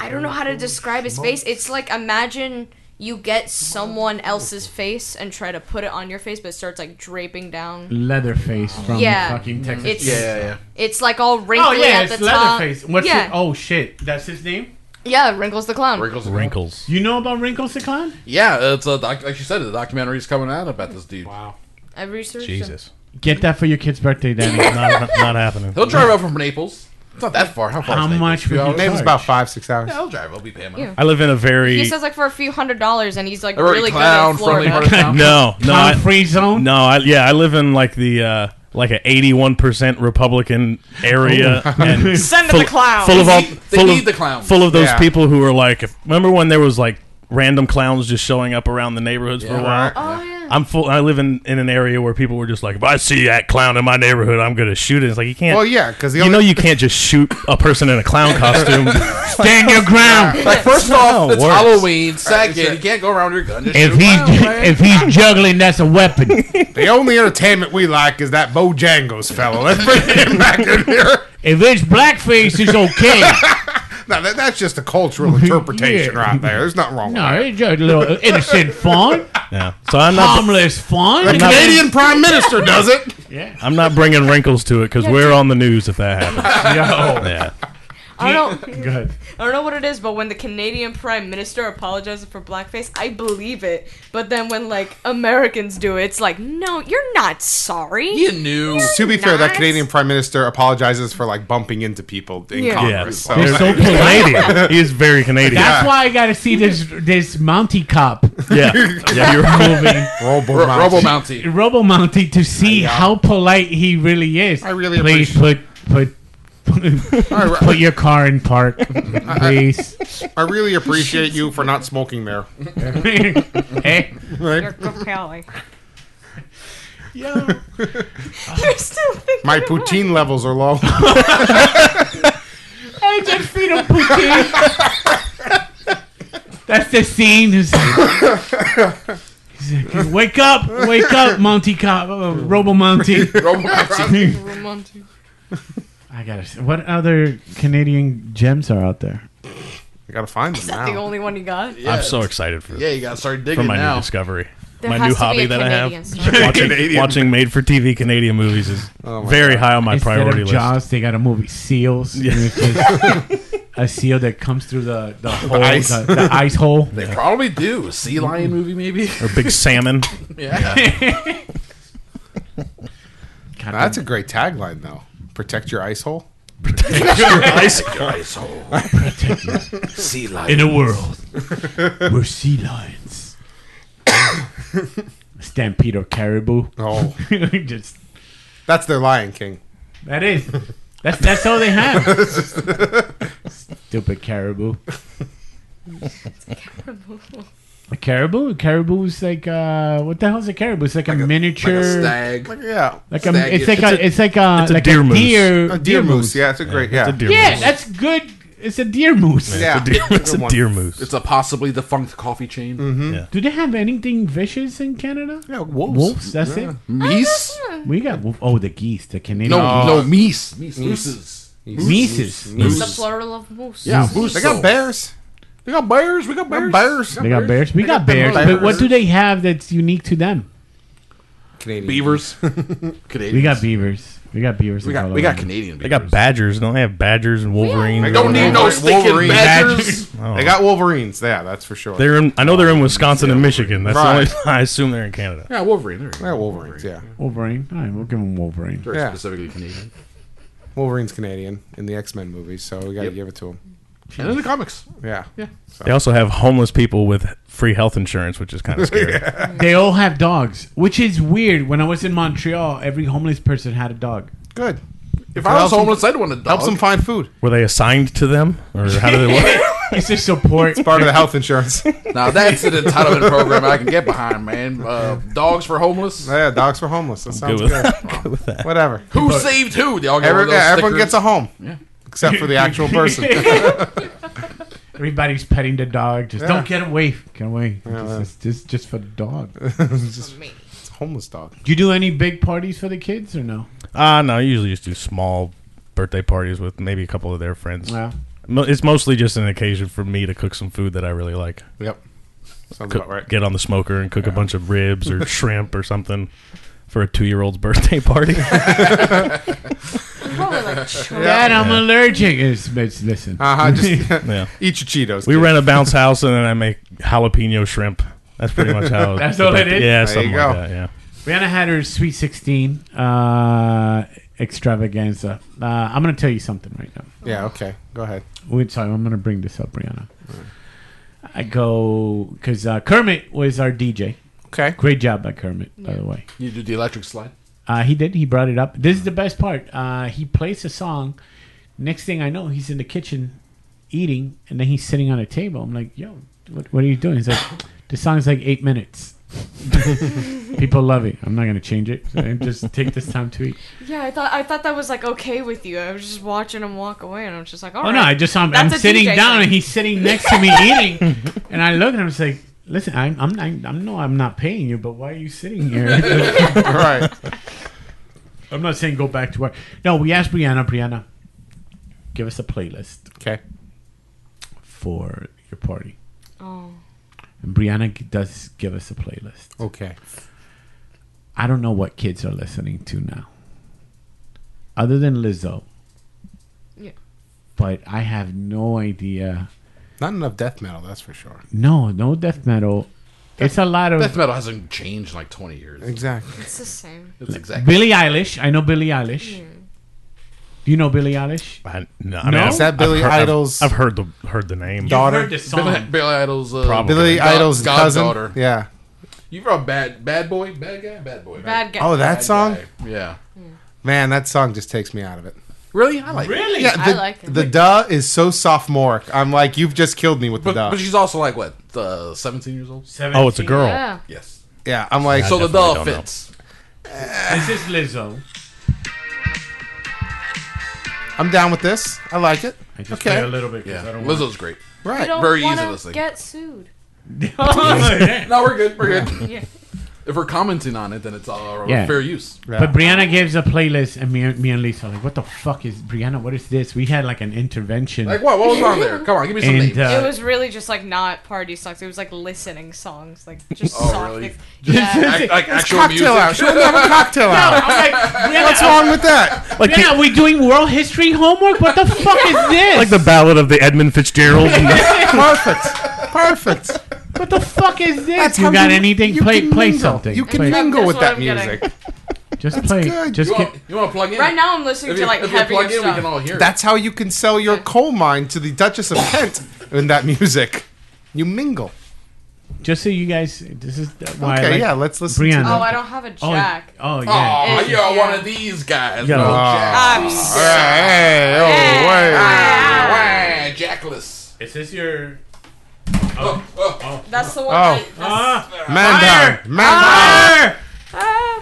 Speaker 4: I don't know how to describe his face. It's like imagine you get someone else's face and try to put it on your face, but it starts like draping down.
Speaker 3: Leatherface from
Speaker 4: Yeah.
Speaker 3: fucking Texas.
Speaker 4: It's
Speaker 7: yeah, yeah, yeah.
Speaker 4: it's like all wrinkly
Speaker 3: oh yeah,
Speaker 4: at the
Speaker 3: it's
Speaker 4: top.
Speaker 3: Leatherface. What's
Speaker 4: yeah,
Speaker 3: it? Oh shit, that's his name.
Speaker 4: yeah, wrinkles the clown.
Speaker 7: Wrinkles.
Speaker 6: Wrinkles.
Speaker 3: You know about Wrinkles the Clown?
Speaker 7: Yeah, it's a doc- like you said, the documentary's coming out about this dude.
Speaker 4: I researched him.
Speaker 6: Jesus.
Speaker 3: Get that for your kid's birthday, Danny.
Speaker 6: Not, not happening.
Speaker 7: He'll drive up from Naples. It's not that far. How far?
Speaker 3: How
Speaker 7: is Naples?
Speaker 3: much
Speaker 7: Two
Speaker 3: would you
Speaker 7: hours?
Speaker 3: pay?
Speaker 5: Maybe it's about five, six hours.
Speaker 7: Yeah, I'll drive. I'll be paying my.
Speaker 4: Yeah.
Speaker 6: I live in a very
Speaker 4: He says like for a few hundred dollars, and he's like
Speaker 7: Every
Speaker 4: really good
Speaker 7: clown
Speaker 4: at
Speaker 7: from the
Speaker 4: Florida.
Speaker 6: no no
Speaker 3: Clown
Speaker 6: I-
Speaker 3: free zone.
Speaker 6: no I, yeah I live in like the uh, like an eighty one percent Republican area and
Speaker 4: Send
Speaker 6: full,
Speaker 4: him the clown.
Speaker 6: full of all
Speaker 7: Oh. They need- they
Speaker 6: full
Speaker 7: need
Speaker 6: of,
Speaker 7: the clowns.
Speaker 6: full of those
Speaker 5: Yeah.
Speaker 6: people who are like if- remember when there was like random clowns just showing up around the neighborhoods for a while.
Speaker 4: oh yeah.
Speaker 6: I'm full. I live in, in an area where people were just like, if I see that clown in my neighborhood, I'm gonna shoot it. It's like you can't.
Speaker 5: Well, yeah, because the
Speaker 6: you
Speaker 5: only
Speaker 6: know you can't just shoot a person in a clown costume.
Speaker 3: Stand your ground.
Speaker 7: Like first
Speaker 6: how
Speaker 7: off,
Speaker 6: it
Speaker 7: it's
Speaker 6: works.
Speaker 7: Halloween. Second,
Speaker 5: Alright,
Speaker 7: you can't go around with your gun. Just
Speaker 3: If
Speaker 7: shoot a
Speaker 3: he's
Speaker 7: clown, man.
Speaker 3: if he's juggling, that's a weapon.
Speaker 5: The only entertainment we like is that Bojangles fellow. Let's bring him back in here.
Speaker 3: If it's blackface, it's okay.
Speaker 5: No, that, that's just a cultural interpretation
Speaker 3: Yeah.
Speaker 5: right there. There's nothing wrong
Speaker 3: No,
Speaker 5: with
Speaker 3: it's just a little innocent fun,
Speaker 6: yeah. So I'm not.
Speaker 3: harmless fun.
Speaker 5: that. The Canadian Prime Minister does it.
Speaker 3: Yeah.
Speaker 6: I'm not bringing wrinkles to it because we're on the news if that happens.
Speaker 3: Yo.
Speaker 6: Yeah.
Speaker 4: I don't know.
Speaker 3: Good.
Speaker 4: I don't know what it is, but when the Canadian Prime Minister apologizes for blackface, I believe it. But then when like Americans do it, it's like, no, you're not sorry.
Speaker 7: you knew.
Speaker 5: To be fair, that
Speaker 4: Nice.
Speaker 5: Canadian Prime Minister apologizes for like bumping into people in
Speaker 4: Yeah.
Speaker 6: Yeah.
Speaker 5: Congress. So,
Speaker 6: He's so Canadian. He is very Canadian.
Speaker 3: That's why I gotta see this this Mountie cop
Speaker 6: Yeah. Yeah. You're
Speaker 3: movie,
Speaker 5: Robo
Speaker 7: Ro- Robo
Speaker 5: Mountain.
Speaker 7: Mountie.
Speaker 3: Robo Mountie, to see how polite he really is.
Speaker 5: I really
Speaker 3: please put put.
Speaker 5: right.
Speaker 3: Put your car in park, please.
Speaker 5: I really appreciate you for not smoking there.
Speaker 3: Eh?
Speaker 4: You're compelling.
Speaker 3: Yo.
Speaker 4: You're still thinking.
Speaker 5: My poutine levels are low.
Speaker 3: I just feed him poutine. That's the scene. He's, Exactly. Wake up! Wake up, Monty Cop, uh, Robo Monty. I gotta. Say, what other Canadian gems are out there?
Speaker 5: I gotta find them
Speaker 4: Is that
Speaker 5: now.
Speaker 4: the only one you got?
Speaker 7: Yeah,
Speaker 6: I'm so excited for
Speaker 7: yeah, you gotta start
Speaker 6: for
Speaker 7: digging
Speaker 6: my
Speaker 7: now.
Speaker 6: new discovery.
Speaker 4: There
Speaker 6: my
Speaker 4: has
Speaker 6: new
Speaker 4: to be
Speaker 6: hobby
Speaker 4: a
Speaker 6: that I
Speaker 4: Canadian
Speaker 6: have.
Speaker 4: star.
Speaker 6: Watching,
Speaker 5: Canadian.
Speaker 6: watching made for TV Canadian movies is
Speaker 5: my
Speaker 6: very high on my
Speaker 3: Instead
Speaker 6: priority
Speaker 3: of
Speaker 6: list.
Speaker 3: Jaws, they got a movie Seals, which is a seal that comes through the the, hole,
Speaker 5: ice.
Speaker 3: the, the ice hole.
Speaker 7: They probably do. A sea lion movie, maybe?
Speaker 6: Or Big Salmon.
Speaker 7: yeah.
Speaker 3: God
Speaker 5: That's a
Speaker 3: damn
Speaker 5: great tagline, though. Protect your ice hole.
Speaker 6: Ice-
Speaker 7: Ice hole. sea
Speaker 3: it.
Speaker 7: lion.
Speaker 3: in a world where sea lions stampede or caribou.
Speaker 5: Oh,
Speaker 3: Just
Speaker 5: that's their Lion King.
Speaker 3: that is that's that's all they have. Stupid caribou. A caribou? A caribou is like uh, what the hell is a caribou? It's like, a, miniature,
Speaker 7: Like a stag.
Speaker 5: Like, yeah,
Speaker 3: like a,
Speaker 7: stag,
Speaker 3: it's
Speaker 7: yeah.
Speaker 3: like a, it's like a,
Speaker 6: it's a
Speaker 3: like
Speaker 6: deer
Speaker 3: a
Speaker 6: moose.
Speaker 3: deer,
Speaker 5: a deer moose. Yeah, it's a great. Yeah,
Speaker 6: It's a deer
Speaker 3: Yeah,
Speaker 6: moose.
Speaker 3: that's good. It's a deer moose.
Speaker 5: yeah.
Speaker 6: It's a deer, it's
Speaker 5: Good
Speaker 6: a
Speaker 5: one.
Speaker 6: deer moose.
Speaker 7: It's a possibly defunct coffee chain.
Speaker 3: Do they have anything vicious in Canada?
Speaker 5: Yeah, wolves.
Speaker 3: Wolves. That's
Speaker 7: Meese?
Speaker 3: it. We got wolf. Oh, the geese, the Canadian
Speaker 7: No,
Speaker 3: geese.
Speaker 7: no, meese. Meese. Mooses.
Speaker 3: Mises.
Speaker 4: It's the plural of moose.
Speaker 7: Yeah,
Speaker 5: They got bears.
Speaker 7: They got bears. We got bears.
Speaker 5: Bears.
Speaker 3: They got bears. We
Speaker 5: They
Speaker 3: got
Speaker 5: got them
Speaker 3: bears. But what do they have that's unique to them?
Speaker 5: Canadian
Speaker 7: Beavers. Canadians.
Speaker 3: We got beavers. We got beavers.
Speaker 7: We
Speaker 3: in
Speaker 7: got, we got
Speaker 3: Colorado.
Speaker 7: Canadian
Speaker 6: They
Speaker 7: beavers.
Speaker 6: got badgers. Don't they have badgers and wolverines?
Speaker 5: They
Speaker 7: Don't need no
Speaker 5: Wolverine.
Speaker 7: stinking
Speaker 5: Wolverine.
Speaker 7: badgers.
Speaker 6: Oh.
Speaker 5: They got wolverines. Yeah, that's for sure.
Speaker 6: They're in. I know they're in Wisconsin and Michigan. That's the only.
Speaker 5: Right.
Speaker 6: I assume they're in Canada.
Speaker 7: Yeah, Wolverine. There you
Speaker 5: yeah,
Speaker 7: go.
Speaker 5: wolverines. Yeah,
Speaker 3: Wolverine. All right, we'll give them Wolverine.
Speaker 7: Very
Speaker 5: Yeah.
Speaker 7: specifically Canadian.
Speaker 5: wolverine's Canadian in the X Men movies, so we gotta
Speaker 7: Yep.
Speaker 5: give it to him.
Speaker 7: And in the comics.
Speaker 5: Yeah, yeah.
Speaker 6: They also have homeless people with free health insurance, which is kind of scary.
Speaker 3: They all have dogs, which is weird. When I was in Montreal, every homeless person had a dog.
Speaker 5: Good.
Speaker 7: If I was
Speaker 5: helps them-
Speaker 7: homeless, I'd want a dog.
Speaker 5: Helps them find food.
Speaker 6: Were they assigned to them, or how do they work?
Speaker 3: It's just support.
Speaker 5: Part of the health insurance. Oh,
Speaker 7: Now that's an entitlement program I can get behind, man. Uh, dogs for homeless.
Speaker 5: yeah, dogs for homeless. That sounds
Speaker 6: with
Speaker 5: good. Whatever.
Speaker 7: Who saved who? They all get
Speaker 5: Every,
Speaker 7: one of those
Speaker 5: yeah, everyone
Speaker 7: stickers.
Speaker 5: gets a home.
Speaker 7: Yeah.
Speaker 5: Except for the actual person.
Speaker 3: Everybody's petting the dog. Just don't get away. Get away.
Speaker 5: yeah.
Speaker 3: just, just, just for the dog.
Speaker 5: It's a homeless dog.
Speaker 3: Do you do any big parties for the kids or no?
Speaker 6: Ah, no. I usually just do small birthday parties with maybe a couple of their friends.
Speaker 3: Yeah.
Speaker 6: Mo- It's mostly just an occasion for me to cook some food that I really like.
Speaker 5: Yep. Sounds
Speaker 6: Cook,
Speaker 5: about right.
Speaker 6: Get on the smoker and cook a bunch of ribs or shrimp or something for a two-year-old's birthday party.
Speaker 4: Probably like shrimp.
Speaker 3: Dad, I'm allergic. It's, it's, listen.
Speaker 5: Uh huh. Just
Speaker 6: yeah.
Speaker 5: eat your Cheetos.
Speaker 6: We
Speaker 5: kid.
Speaker 6: rent a bounce house and then I make jalapeno shrimp. That's pretty much how.
Speaker 3: That's all it is?
Speaker 6: Yeah,
Speaker 5: There
Speaker 6: something
Speaker 5: you
Speaker 6: like
Speaker 5: go.
Speaker 6: that. Yeah.
Speaker 3: Rihanna had her Sweet 16 uh, extravaganza. Uh, I'm going to tell you something right now.
Speaker 5: Yeah. Okay. Go ahead.
Speaker 3: Wait, sorry, I'm going to bring this up, Rihanna. I go, because uh, Kermit was our DJ.
Speaker 5: Okay.
Speaker 3: Great job by Kermit, by the way.
Speaker 7: You do the electric slide.
Speaker 3: Uh, he did. He brought it up. This is the best part. Uh, he plays a song. Next thing I know, he's in the kitchen eating, and then he's sitting on a table. I'm like, "Yo, what, what are you doing?" He's like, "The song's like eight minutes. People love it. I'm not gonna change it. So I just take this time to eat."
Speaker 4: Yeah, I thought I thought that was like okay with you. I was just watching him walk away, and I was just like, all
Speaker 3: Oh
Speaker 4: right.
Speaker 3: no! I just saw him. I'm
Speaker 4: That's a
Speaker 3: sitting
Speaker 4: DJ
Speaker 3: down,
Speaker 4: thing.
Speaker 3: and he's sitting next to me eating, and I look, and I'm just like, "Listen, I'm, I'm, I'm, I'm no, I'm not paying you, but why are you sitting here?"
Speaker 5: All right.
Speaker 3: I'm not saying go back to work. No, we asked Brianna. Brianna, give us a playlist.
Speaker 5: Okay.
Speaker 3: for your party.
Speaker 4: Oh.
Speaker 3: And Brianna g- does give us a playlist.
Speaker 5: Okay.
Speaker 3: I don't know what kids are listening to now, other than Lizzo.
Speaker 4: Yeah.
Speaker 3: But I have no idea.
Speaker 5: Not enough death metal. That's for sure.
Speaker 3: No, no death metal. It's a lot
Speaker 7: Death
Speaker 3: of
Speaker 7: metal hasn't changed in like 20 years.
Speaker 5: Exactly.
Speaker 4: It's the same.
Speaker 7: It's exactly.
Speaker 3: Billie Eilish. I know Billie Eilish.
Speaker 5: Hmm.
Speaker 3: Do you know Billie Eilish?
Speaker 6: I, no, I
Speaker 3: No?
Speaker 6: mean,
Speaker 3: Is
Speaker 5: that Billy
Speaker 6: I've heard,
Speaker 5: Idol's-
Speaker 6: I've, I've heard the heard the name.
Speaker 5: Dog- Daughter.
Speaker 3: You've heard the
Speaker 7: Billy,
Speaker 3: song.
Speaker 7: Billy Idol's uh,
Speaker 6: Probably.
Speaker 5: Billy
Speaker 7: god-
Speaker 5: Idol's cousin.
Speaker 7: goddaughter.
Speaker 5: Yeah.
Speaker 7: You ever a bad bad boy, bad guy, bad boy,
Speaker 4: Bad guy.
Speaker 5: Oh,
Speaker 7: Bad
Speaker 5: that song.
Speaker 7: guy. Yeah.
Speaker 5: Man, that song just takes me out of it.
Speaker 7: Really? I like. Really?
Speaker 5: Yeah.
Speaker 4: I
Speaker 5: The,
Speaker 4: like it.
Speaker 5: the duh is so sophomoric. I'm like, you've just killed me with
Speaker 7: But,
Speaker 5: the duh.
Speaker 7: but she's also like what? Uh, 17 years old.
Speaker 6: Oh, it's a girl.
Speaker 4: Yeah.
Speaker 7: Yes.
Speaker 5: yeah. I'm like,
Speaker 7: so the doll
Speaker 6: definitely don't know.
Speaker 7: fits.
Speaker 3: This is Lizzo.
Speaker 5: I'm down with this. I like it.
Speaker 3: I just
Speaker 5: Okay.
Speaker 3: play a little bit. 'cause
Speaker 7: Yeah.
Speaker 3: I don't
Speaker 7: Lizzo's great.
Speaker 4: I
Speaker 5: Right.
Speaker 4: don't
Speaker 7: Very easy
Speaker 4: wanna
Speaker 7: listening.
Speaker 4: get sued.
Speaker 3: want-
Speaker 7: No, we're good. We're good.
Speaker 4: Yeah.
Speaker 7: If we're commenting on it, then it's all
Speaker 3: Yeah.
Speaker 7: fair use.
Speaker 3: But Brianna gives a playlist, and me, me and Lisa are like, "What the fuck is Brianna? What is this?" We had like an intervention,
Speaker 7: Like what? What was on there? Come on, give me some
Speaker 3: and
Speaker 7: names.
Speaker 4: it
Speaker 3: uh,
Speaker 4: was really just like not party songs. It was like listening songs, like just
Speaker 7: Oh,
Speaker 4: soft.
Speaker 7: really?
Speaker 4: things. Yeah.
Speaker 7: Act- like actual
Speaker 5: cocktail
Speaker 7: music.
Speaker 5: hour. She wouldn't have a cocktail hour.
Speaker 3: I'm like, Brianna,
Speaker 5: What's wrong with that?
Speaker 6: Like
Speaker 3: Brianna,
Speaker 6: the,
Speaker 3: are we doing world history homework? What the fuck is this?
Speaker 6: like the ballad of the Edmund Fitzgerald. and the-
Speaker 5: Perfect. Perfect.
Speaker 3: what the fuck is this?
Speaker 5: That's
Speaker 3: you
Speaker 5: how
Speaker 3: got anything?
Speaker 5: you
Speaker 3: Play,
Speaker 5: can
Speaker 3: play
Speaker 5: mingle.
Speaker 3: something.
Speaker 5: You can
Speaker 3: Play-
Speaker 5: mingle
Speaker 4: That's
Speaker 5: with
Speaker 4: what
Speaker 5: that
Speaker 4: I'm getting.
Speaker 5: music.
Speaker 3: just play.
Speaker 5: good.
Speaker 3: Just
Speaker 7: You
Speaker 3: get.
Speaker 7: want, you want to plug in?
Speaker 4: Right now, I'm listening
Speaker 7: if
Speaker 4: to
Speaker 7: you,
Speaker 4: like
Speaker 7: if you
Speaker 4: heavier
Speaker 7: plug in,
Speaker 4: stuff.
Speaker 7: we can all hear. it.
Speaker 5: That's how you can sell your coal mine to the Duchess of Kent in that music. You mingle.
Speaker 3: Just so you guys, this is why. I
Speaker 5: Okay,
Speaker 3: like
Speaker 5: yeah, let's listen.
Speaker 3: Brianna.
Speaker 4: oh, I don't have a
Speaker 3: Oh,
Speaker 4: jack.
Speaker 3: Oh,
Speaker 7: Aw,
Speaker 3: yeah.
Speaker 4: It's-
Speaker 7: you're
Speaker 4: yeah.
Speaker 7: one of these guys.
Speaker 6: Yeah.
Speaker 7: No,
Speaker 6: Ah.
Speaker 7: Jack.
Speaker 4: I'm
Speaker 5: Hey,
Speaker 4: sick.
Speaker 5: hey, oh, hey.
Speaker 7: Wah, Jackless.
Speaker 3: Is this your?
Speaker 7: Oh, oh.
Speaker 4: That's the one.
Speaker 5: Oh.
Speaker 4: that-
Speaker 3: Ah,
Speaker 5: Man
Speaker 3: Fire!
Speaker 5: down, man down.
Speaker 3: fire!
Speaker 4: ah,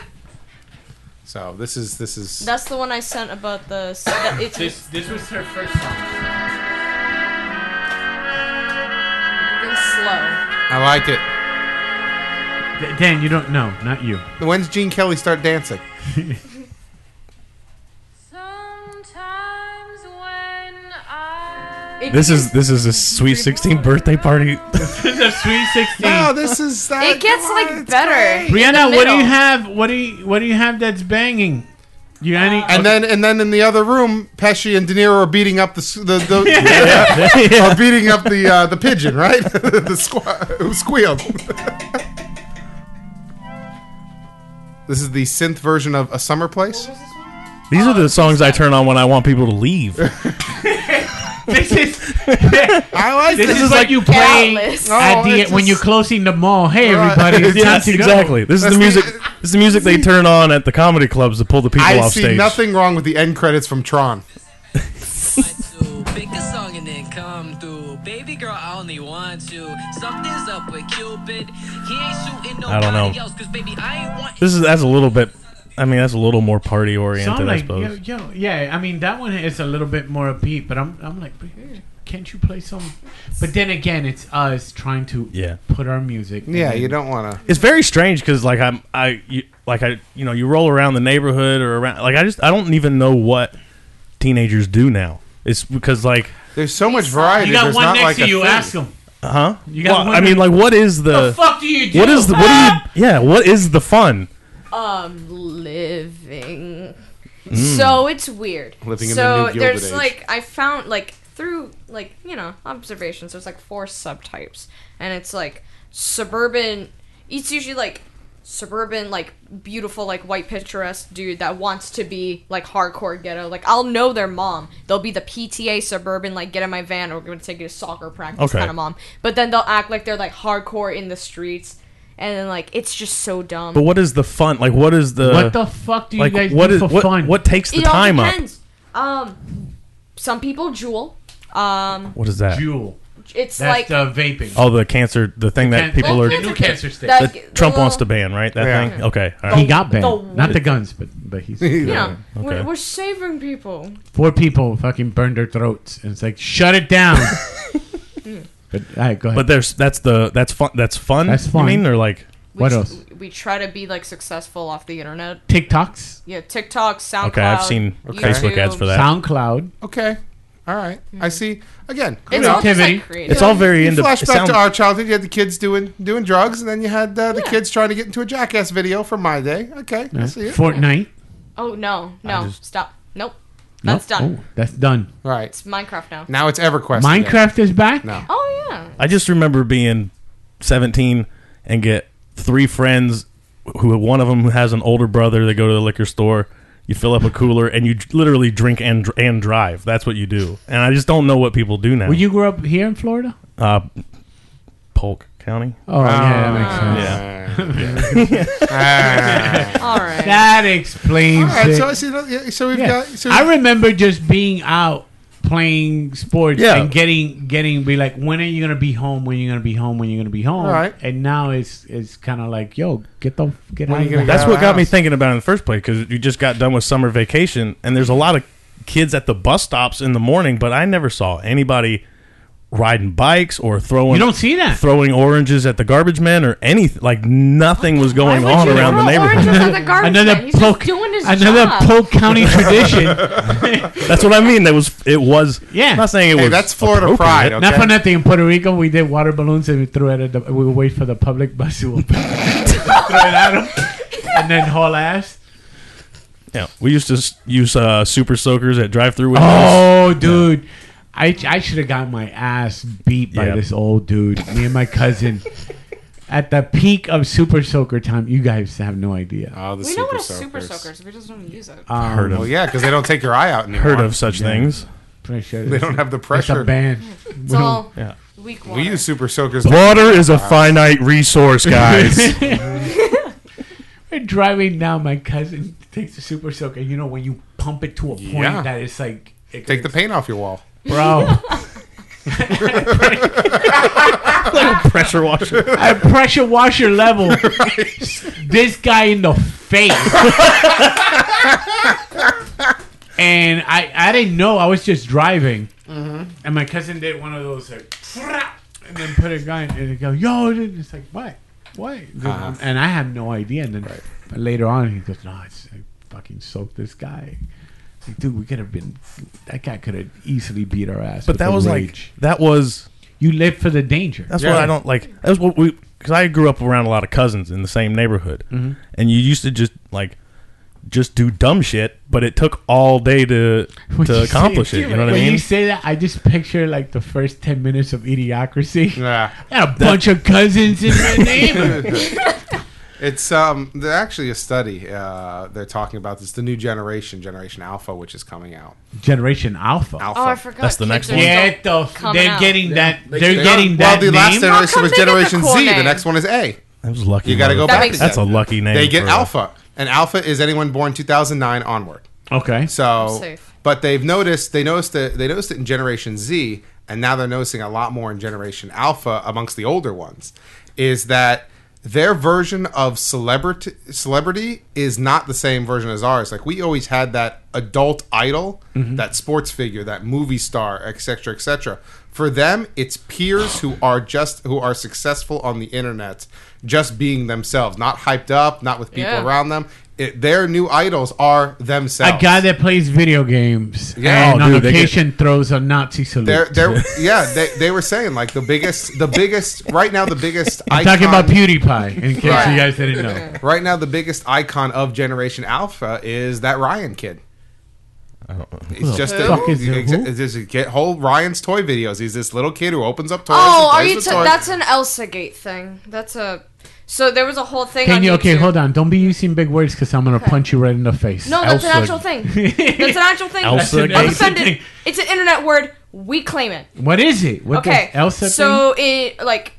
Speaker 5: So this is this is
Speaker 4: that's the one I sent about the. s- that It's
Speaker 3: This this was her first song.
Speaker 4: been slow.
Speaker 5: I like it.
Speaker 3: D- Dan, you don't know, not you.
Speaker 5: When's Gene Kelly start dancing?
Speaker 8: Sometimes when I
Speaker 4: It
Speaker 6: this is
Speaker 4: gets-
Speaker 6: this is a sweet 16 birthday party.
Speaker 3: the sweet sixteen.
Speaker 5: No, Oh, this is that.
Speaker 4: It gets
Speaker 5: come on,
Speaker 4: like
Speaker 5: it's
Speaker 4: better.
Speaker 5: great.
Speaker 3: Brianna, what do you
Speaker 4: middle.
Speaker 3: have? What do you what do you have that's banging? You any?
Speaker 5: And then and then in the other room, Pesci and De Niro are beating up the s- the, the are beating up the uh, the pigeon, right? the squ- who squealed. this is the synth version of A Summer Place.
Speaker 6: These are the songs I turn on when I want people to leave.
Speaker 3: this is
Speaker 5: I like
Speaker 3: this,
Speaker 5: this.
Speaker 3: is, like, you play
Speaker 4: Countless.
Speaker 3: at
Speaker 5: No,
Speaker 3: the,
Speaker 5: it
Speaker 3: when you're
Speaker 5: just-
Speaker 3: closing the mall. Hey,
Speaker 5: Right.
Speaker 3: everybody, it's time
Speaker 6: yes,
Speaker 3: to go.
Speaker 6: exactly. This is
Speaker 5: That's
Speaker 6: the music.
Speaker 5: the-
Speaker 6: This is the music they turn on at the comedy clubs to pull the people
Speaker 5: I
Speaker 6: off
Speaker 5: see
Speaker 6: stage.
Speaker 5: nothing wrong with the end credits from Tron.
Speaker 9: to pick a song and then come through. Baby girl, I only want you. Something's up with Cupid. He ain't shooting
Speaker 6: I don't
Speaker 9: nobody
Speaker 6: know.
Speaker 9: else because baby, I ain't want.
Speaker 6: This is that's a little bit. I mean, that's a little more party oriented,
Speaker 3: So I'm
Speaker 6: I
Speaker 3: like, yo,
Speaker 6: suppose.
Speaker 3: yo, yeah. I mean, that one is a little bit more upbeat, but I'm, I'm like, can't you play some? But then again, it's us trying to
Speaker 6: Yeah.
Speaker 3: put our music.
Speaker 5: Yeah, you don't want to.
Speaker 6: It's very strange because like I'm I you, like I you know you roll around the neighborhood or around like I just I don't even know what teenagers do now. It's because like
Speaker 5: There's so much variety.
Speaker 3: You got
Speaker 5: There's
Speaker 3: one
Speaker 5: not
Speaker 3: next
Speaker 5: like
Speaker 3: to
Speaker 5: a
Speaker 3: you.
Speaker 5: thing.
Speaker 3: Ask him.
Speaker 6: huh?
Speaker 3: You got
Speaker 6: Well,
Speaker 3: one
Speaker 6: I mean, like what is the,
Speaker 3: What the fuck do you do?
Speaker 6: what is the what do you yeah what is the fun?
Speaker 4: um living so it's weird
Speaker 5: Mm. Living in
Speaker 4: so
Speaker 5: the new Gilded
Speaker 4: there's
Speaker 5: Age.
Speaker 4: like i found like through like you know observations there's like four subtypes and it's like suburban it's usually like suburban like beautiful like white picturesque dude that wants to be like hardcore ghetto like i'll know their mom they'll be the pta suburban like get in my van or we're gonna take you to soccer practice
Speaker 6: Okay.
Speaker 4: kind of mom but then they'll act like they're like hardcore in the streets and then like it's just so dumb
Speaker 6: But what is the fun? Like what is the
Speaker 3: What the fuck do you
Speaker 6: like
Speaker 3: guys
Speaker 6: what
Speaker 3: do
Speaker 6: is
Speaker 3: for
Speaker 6: what,
Speaker 3: fun?
Speaker 6: what takes the time up?
Speaker 4: Um, some people jewel. Um,
Speaker 6: What is that?
Speaker 3: Jewel.
Speaker 4: it's
Speaker 3: That's
Speaker 4: like
Speaker 3: the vaping.
Speaker 6: Oh, the cancer, the thing that
Speaker 3: Can-
Speaker 6: people
Speaker 4: Well,
Speaker 6: are.
Speaker 3: the new cancer state.
Speaker 4: that-
Speaker 6: that Trump
Speaker 4: the
Speaker 6: wants to
Speaker 4: little-
Speaker 6: ban, right? That
Speaker 5: Yeah.
Speaker 6: thing. Okay, all
Speaker 3: He
Speaker 6: right.
Speaker 3: got banned,
Speaker 4: The-
Speaker 3: not the guns, but but he's
Speaker 4: You know,
Speaker 6: Okay.
Speaker 4: we're, we're saving people.
Speaker 3: four people fucking burned their throats, and it's like shut it down. but all right, go ahead.
Speaker 6: But there's that's the that's fun. That's fun.
Speaker 3: That's
Speaker 6: you
Speaker 3: fun.
Speaker 6: mean or like
Speaker 4: We
Speaker 3: What
Speaker 4: tr-
Speaker 3: else?
Speaker 4: We try to be like successful off the internet.
Speaker 3: TikToks,
Speaker 4: Yeah, TikTok, SoundCloud.
Speaker 6: okay? I've seen Facebook
Speaker 4: YouTube.
Speaker 6: ads for that.
Speaker 3: SoundCloud.
Speaker 5: Okay, all right. I see. Again,
Speaker 4: It's all just,
Speaker 3: Creativity.
Speaker 4: like, creative.
Speaker 6: it's all very
Speaker 5: You
Speaker 6: into.
Speaker 5: flash
Speaker 6: it
Speaker 5: back
Speaker 6: sound-
Speaker 5: to our childhood. You had the kids doing doing drugs, and then you had uh, the
Speaker 4: Yeah.
Speaker 5: kids trying to get into a jackass video from my day. Okay, I see it.
Speaker 3: Fortnite.
Speaker 4: Oh no, no, stop. Nope,
Speaker 3: No?
Speaker 4: that's done.
Speaker 3: Oh, that's done.
Speaker 5: right
Speaker 4: It's Minecraft now.
Speaker 5: now it's EverQuest. again.
Speaker 3: Minecraft is back.
Speaker 5: No.
Speaker 4: Oh yeah.
Speaker 6: I just remember being 17 and get three friends who one of them has an older brother. They go to the liquor store. You fill up a cooler and you dr- literally drink and dr- and drive. That's what you do. And I just don't know what people do now.
Speaker 3: Well, you grew up here in Florida.
Speaker 6: uh, Polk County.
Speaker 3: Oh, yeah, that makes sense.
Speaker 4: All right.
Speaker 3: That explains
Speaker 5: All right,
Speaker 3: it.
Speaker 5: so I see. that- yeah, So we've
Speaker 3: Yeah.
Speaker 5: got. So
Speaker 3: I remember just being out playing sports
Speaker 6: Yeah.
Speaker 3: and getting getting be like, when are you gonna be home? When are you gonna be home? When are you gonna be home?
Speaker 5: Right.
Speaker 3: And now it's it's kind of like, yo, get the get
Speaker 5: When
Speaker 3: out of
Speaker 5: you gonna
Speaker 3: the
Speaker 5: get
Speaker 3: house.
Speaker 6: That's
Speaker 5: out of
Speaker 6: what
Speaker 5: the
Speaker 6: got me
Speaker 5: house.
Speaker 6: thinking about it in the first place because you just got done with summer vacation and there's a lot of kids at the bus stops in the morning, but I never saw anybody riding bikes or throwing
Speaker 3: You don't see that.
Speaker 6: throwing oranges at the garbage man or anything. Like nothing was going
Speaker 4: Why would
Speaker 6: on
Speaker 4: you
Speaker 6: around the
Speaker 4: throw oranges
Speaker 6: neighborhood.
Speaker 4: at the garbage
Speaker 3: another
Speaker 4: man? He's just
Speaker 3: Polk,
Speaker 4: doing his
Speaker 3: another
Speaker 4: job.
Speaker 3: Polk County tradition.
Speaker 6: That's what I mean. That was it was.
Speaker 3: Yeah.
Speaker 6: I'm not saying it
Speaker 5: Hey,
Speaker 6: was.
Speaker 5: that's Florida
Speaker 6: appropriate.
Speaker 5: pride.
Speaker 3: Not
Speaker 5: okay?
Speaker 3: for nothing. In Puerto Rico, we did water balloons and we threw it at the. We would wait for the public bus to open. throw it at 'em, and then haul ass.
Speaker 6: Yeah, we used to s- use uh, super soakers at drive-through windows.
Speaker 3: Oh, dude. I, I should have got my ass beat by
Speaker 6: Yeah.
Speaker 3: this old dude. Me and my cousin. At the peak of Super Soaker time, you guys have no idea. Um,
Speaker 5: Oh, the
Speaker 4: We
Speaker 5: super
Speaker 4: know what a super
Speaker 5: soakers.
Speaker 4: soaker is. We just don't use it.
Speaker 3: Oh.
Speaker 6: heard
Speaker 5: Well,
Speaker 6: of
Speaker 5: Oh, yeah, because they don't take your eye out anymore.
Speaker 6: heard of such things.
Speaker 3: Pretty sure
Speaker 5: They don't have the pressure.
Speaker 3: It's a band.
Speaker 4: it's all
Speaker 6: Yeah.
Speaker 4: weak water.
Speaker 5: We use super soakers.
Speaker 6: Water is a finite resource, guys.
Speaker 3: We're driving down. My cousin takes the Super Soaker. You know when you pump it to a point
Speaker 5: Yeah.
Speaker 3: that it's like it-
Speaker 5: Take the paint off your wall.
Speaker 3: bro.
Speaker 6: Pressure washer.
Speaker 3: I pressure washer level. this guy in the face. and I, I didn't know. I was just driving.
Speaker 6: Mm-hmm.
Speaker 3: And my cousin did one of those, like, and then put a gun, and it go, yo, and it's like, what? What?
Speaker 6: Uh-huh.
Speaker 3: And I had no idea. And then but later on, he goes, no, it's, I fucking soaked this guy. It's Like, dude, we could have been. That guy could have easily beat our ass.
Speaker 6: But that was like that was
Speaker 3: like you live for the danger.
Speaker 6: that's
Speaker 5: Yeah.
Speaker 6: what I don't like. That's what we because I grew up around a lot of cousins in the same neighborhood,
Speaker 3: Mm-hmm.
Speaker 6: and you used to just like just do dumb shit, but it took all day to
Speaker 3: When
Speaker 6: to
Speaker 3: you
Speaker 6: accomplish
Speaker 3: say,
Speaker 6: it. You know what I
Speaker 3: when
Speaker 6: mean?
Speaker 3: you say that, I just picture like the first ten minutes of Idiocracy.
Speaker 5: Yeah.
Speaker 3: I had a bunch of cousins in my neighborhood.
Speaker 5: It's um, there's actually a study uh, they're talking about. This the new generation, Generation Alpha, which is coming out.
Speaker 3: Generation Alpha.
Speaker 5: Alpha.
Speaker 4: Oh, I forgot.
Speaker 6: That's the
Speaker 4: kids
Speaker 6: next
Speaker 4: are
Speaker 6: one.
Speaker 3: Yeah,
Speaker 4: adult.
Speaker 3: the f-
Speaker 4: Coming
Speaker 3: they're
Speaker 4: out.
Speaker 3: getting that. They're
Speaker 5: Yeah.
Speaker 3: getting
Speaker 5: well,
Speaker 3: that
Speaker 5: the last
Speaker 3: name.
Speaker 5: generation
Speaker 4: come
Speaker 5: was
Speaker 4: they get the
Speaker 5: Generation
Speaker 4: cool
Speaker 5: Z. The
Speaker 4: name?
Speaker 5: next one is A.
Speaker 6: that was lucky.
Speaker 5: You got to
Speaker 6: mother-
Speaker 5: go
Speaker 4: That
Speaker 5: back.
Speaker 4: makes
Speaker 5: again.
Speaker 6: That's a lucky name.
Speaker 5: They get
Speaker 6: for-
Speaker 5: Alpha, and Alpha is anyone born 2009 onward.
Speaker 3: Okay.
Speaker 5: So,
Speaker 4: safe.
Speaker 5: but they've noticed they noticed that they noticed it in Generation Z, and now they're noticing a lot more in Generation Alpha amongst the older ones. Is that their version of celebrity celebrity is not the same version as ours. Like we always had that adult idol, that sports figure, that movie star, etc., etc. For them, it's peers who are just who are successful on the internet, just being themselves, not hyped up, not with people
Speaker 4: Yeah.
Speaker 5: around them. It, their new idols are
Speaker 3: A
Speaker 5: themselves.
Speaker 3: guy that plays video games
Speaker 5: Yeah.
Speaker 3: and
Speaker 6: Oh,
Speaker 3: on
Speaker 6: dude, they get-
Speaker 3: occasion throws a Nazi salute.
Speaker 5: They're, they're, yeah, they, they were saying like the biggest, the biggest right now, the biggest
Speaker 3: I'm
Speaker 5: icon,
Speaker 3: talking about PewDiePie, in case
Speaker 4: Right.
Speaker 3: you guys didn't know.
Speaker 5: right now, the biggest icon of Generation Alpha is that Ryan kid. It's just
Speaker 3: the
Speaker 5: a,
Speaker 3: fuck is it?
Speaker 5: exa-
Speaker 3: Who?
Speaker 5: it's just a kid- whole Ryan's toy videos. He's this little kid who opens up toys. and
Speaker 4: Oh, are
Speaker 5: plays
Speaker 4: you?
Speaker 5: with
Speaker 4: T-
Speaker 5: toys.
Speaker 4: that's an Elsa Gate thing. That's a. So there was a whole thing.
Speaker 3: Can
Speaker 4: on
Speaker 3: you, okay,
Speaker 4: YouTube.
Speaker 3: hold on. Don't be using big words because I'm going to punch you right in the face.
Speaker 4: No, that's an
Speaker 6: Elsa.
Speaker 4: actual thing. That's an actual thing.
Speaker 6: Elsa
Speaker 4: I'm
Speaker 6: Gate.
Speaker 4: offended. It's an internet word. We claim it.
Speaker 3: What is it? What
Speaker 4: Okay.
Speaker 3: the Elsa thing?
Speaker 4: so it like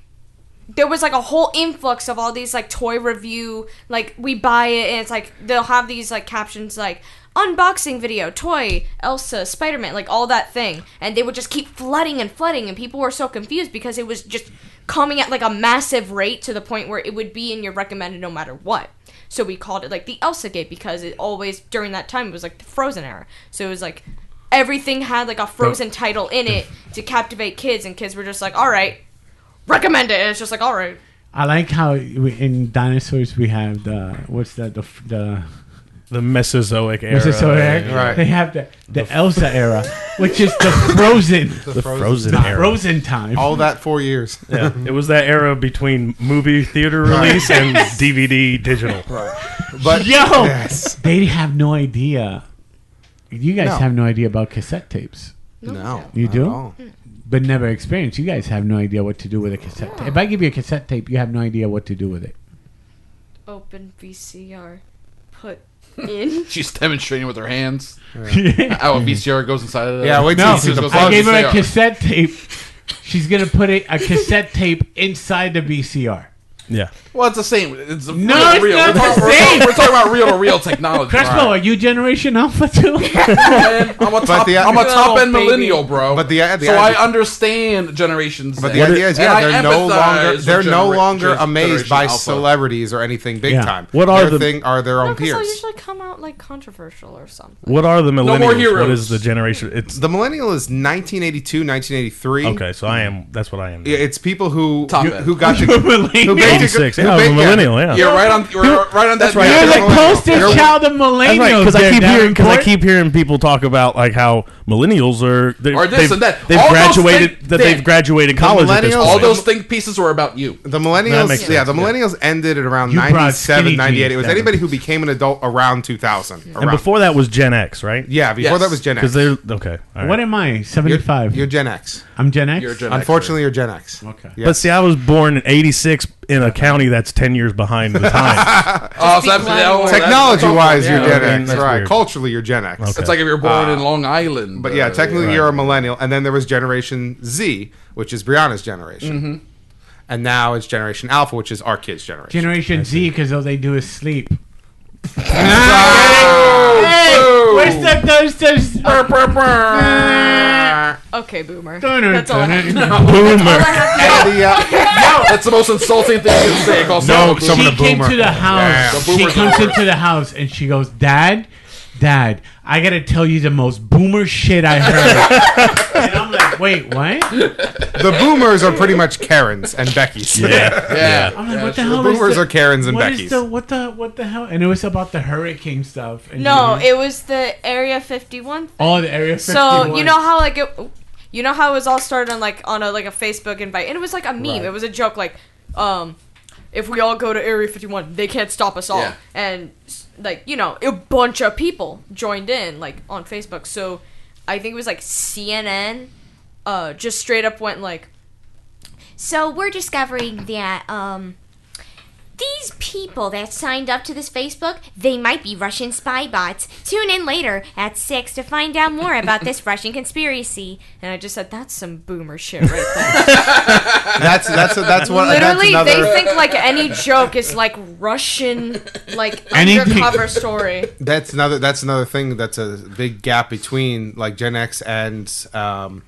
Speaker 4: there was like a whole influx of all these like toy review like we buy it and it's like they'll have these like captions like unboxing video toy elsa spider-man like all that thing and they would just keep flooding and flooding and people were so confused because it was just coming at like a massive rate to the point where it would be in your recommended no matter what so we called it like the elsa gate because it always during that time it was like the frozen era so it was like everything had like a frozen title in it to captivate kids and kids were just like all right recommend it and it's just like all right
Speaker 3: I like how we, in dinosaurs we have the what's that the f- the
Speaker 6: the Mesozoic era.
Speaker 3: Mesozoic.
Speaker 5: Right.
Speaker 3: They have the the Elsa era, which is the Frozen
Speaker 6: The Frozen
Speaker 3: time,
Speaker 6: era.
Speaker 3: Frozen time.
Speaker 5: all that four years.
Speaker 6: Yeah, it was that era between movie theater release and DVD digital.
Speaker 5: But
Speaker 3: Yo,
Speaker 5: yes,
Speaker 3: Oh, they have no idea. You guys
Speaker 5: No.
Speaker 3: have no idea about cassette tapes,
Speaker 5: no,
Speaker 3: You
Speaker 5: not
Speaker 3: do?
Speaker 5: at all.
Speaker 3: but never experienced. You guys have no idea what to do with a cassette tape. If I give you a cassette tape, you have no idea what to do with it.
Speaker 4: open vcr put in
Speaker 7: She's demonstrating with her hands. How a VCR goes inside of the
Speaker 5: Yeah, wait till you see the
Speaker 3: I
Speaker 5: Plugs
Speaker 3: gave her
Speaker 7: VCR.
Speaker 3: a cassette tape. She's gonna put it, a cassette tape inside the VCR.
Speaker 6: Yeah.
Speaker 7: Well, it's the same. It's no,
Speaker 3: No, it's not the
Speaker 7: we're,
Speaker 3: same.
Speaker 7: Talking, we're talking about real to real technology.
Speaker 3: Crespo, are you Generation Alpha too?
Speaker 7: man. I'm a top,
Speaker 5: the-
Speaker 7: I'm a top end
Speaker 3: Oh, baby.
Speaker 7: millennial, bro.
Speaker 5: But the- the-
Speaker 7: so I understand generations.
Speaker 5: But the idea is, yeah, they're no longer they're no longer amazed by
Speaker 7: celebrities.
Speaker 5: celebrities or anything big
Speaker 6: Yeah.
Speaker 5: time.
Speaker 6: What are
Speaker 5: their
Speaker 6: the-
Speaker 5: thing are their own
Speaker 4: Because I'll
Speaker 5: peers?
Speaker 4: usually come out like controversial or something.
Speaker 6: What are the
Speaker 7: more
Speaker 6: millennials? what
Speaker 7: heroes.
Speaker 6: is the generation? It's
Speaker 5: The millennial is 1982, 1983.
Speaker 6: okay. So I am. That's what I am.
Speaker 5: Yeah, It's people who
Speaker 7: Top
Speaker 5: who,
Speaker 7: end.
Speaker 5: who got to
Speaker 3: millennial.
Speaker 5: who
Speaker 6: Eighty
Speaker 5: basically-
Speaker 6: six.
Speaker 5: who
Speaker 6: Yeah, I'm a
Speaker 5: ba-
Speaker 6: millennial. Yeah.
Speaker 7: You're right on. You're right on that.
Speaker 6: right.
Speaker 3: You're
Speaker 7: You're
Speaker 3: the
Speaker 5: like
Speaker 7: millennial.
Speaker 3: poster
Speaker 5: You're-
Speaker 3: child of
Speaker 6: That's
Speaker 3: millennials.
Speaker 6: right, because I
Speaker 3: there,
Speaker 6: keep hearing because I
Speaker 3: Davenport.
Speaker 6: keep hearing people talk about like how millennials are they're-
Speaker 7: Or this
Speaker 6: they've,
Speaker 7: and that.
Speaker 6: they've
Speaker 7: All those
Speaker 6: graduated
Speaker 7: things
Speaker 6: that
Speaker 7: that-
Speaker 6: they've graduated college at this
Speaker 5: millennials-
Speaker 6: point.
Speaker 7: All those think pieces were about you.
Speaker 5: The
Speaker 6: That makes
Speaker 5: millennials, yeah,
Speaker 6: sense,
Speaker 5: the millennials ended at around
Speaker 3: You brought
Speaker 5: 97,
Speaker 3: skinny
Speaker 5: 98. It
Speaker 3: jeans
Speaker 5: was
Speaker 3: down.
Speaker 5: anybody who became an adult around 2000.
Speaker 6: and before that was Gen X, right?
Speaker 5: yeah, before
Speaker 7: Yes.
Speaker 5: that was Gen X.
Speaker 6: because they're okay. all right.
Speaker 3: What am I?
Speaker 5: You're,
Speaker 3: 75.
Speaker 5: you're Gen X.
Speaker 3: I'm Gen X.
Speaker 7: You're Gen X.
Speaker 5: Unfortunately, you're Gen X.
Speaker 3: Okay.
Speaker 5: Yeah.
Speaker 6: But see, I was born in '86 in a county that's ten years behind the time.
Speaker 7: Oh, so that's,
Speaker 4: blind.
Speaker 7: oh, that's-
Speaker 5: Technology-wise,
Speaker 7: yeah.
Speaker 5: you're Gen
Speaker 6: Okay,
Speaker 5: X,
Speaker 6: that's
Speaker 5: right?
Speaker 6: weird.
Speaker 5: Culturally, you're Gen X.
Speaker 6: Okay.
Speaker 7: It's like if you're born in Long Island.
Speaker 5: But yeah,
Speaker 7: uh,
Speaker 5: technically,
Speaker 6: right.
Speaker 5: you're a millennial. And then there was Generation Z, which is Brianna's generation,
Speaker 7: Mm-hmm.
Speaker 5: and now it's Generation Alpha, which is our kids' generation.
Speaker 3: Generation Z, because all they do is sleep.
Speaker 7: Boo!
Speaker 3: Where's the those those?
Speaker 7: Brr, brr, brr.
Speaker 4: Okay, boomer. That's all I have.
Speaker 3: She
Speaker 6: Boomer.
Speaker 5: The, uh,
Speaker 7: That's the most insulting thing you can say. Call someone a
Speaker 5: some of
Speaker 7: boomer.
Speaker 5: the
Speaker 3: came
Speaker 5: boomer.
Speaker 3: to the house.
Speaker 7: The
Speaker 3: She
Speaker 7: boomer's
Speaker 3: comes
Speaker 7: boomer.
Speaker 3: into the house and she goes, "Dad, Dad, I gotta tell you the most boomer shit I heard." and I'm like, "Wait, what?"
Speaker 5: the boomers are pretty much Karens and Beckys.
Speaker 6: yeah.
Speaker 7: Yeah.
Speaker 3: I'm like, "What the
Speaker 5: The
Speaker 3: hell?" is
Speaker 5: boomers
Speaker 3: the-
Speaker 5: are Karens and
Speaker 3: what is
Speaker 5: Beckys.
Speaker 3: the what the what the hell? And it was about the hurricane stuff. And
Speaker 4: No,
Speaker 3: you-
Speaker 4: it was the Area 51 thing.
Speaker 3: all the area. 51.
Speaker 4: So you know how like it, you know how it was all started on like on a like a Facebook invite, and it was like a meme.
Speaker 7: Right.
Speaker 4: It was a joke, like, um, if we all go to Area 51, they can't stop us all.
Speaker 7: Yeah.
Speaker 4: And s- like you know, a bunch of people joined in like on Facebook. So I think it was like CNN, uh, just straight up went like,
Speaker 10: So we're discovering that um these people that signed up to this Facebook, they might be Russian spy bots. Tune in later at 6 to find out more about this Russian conspiracy.
Speaker 4: and I just said that's some boomer shit right there.
Speaker 5: That's that's that's what
Speaker 4: Literally,
Speaker 5: that's another,
Speaker 4: they think like any joke is like Russian, like
Speaker 3: Anything.
Speaker 4: undercover story.
Speaker 5: that's another that's another thing that's a big gap between like Gen X and um,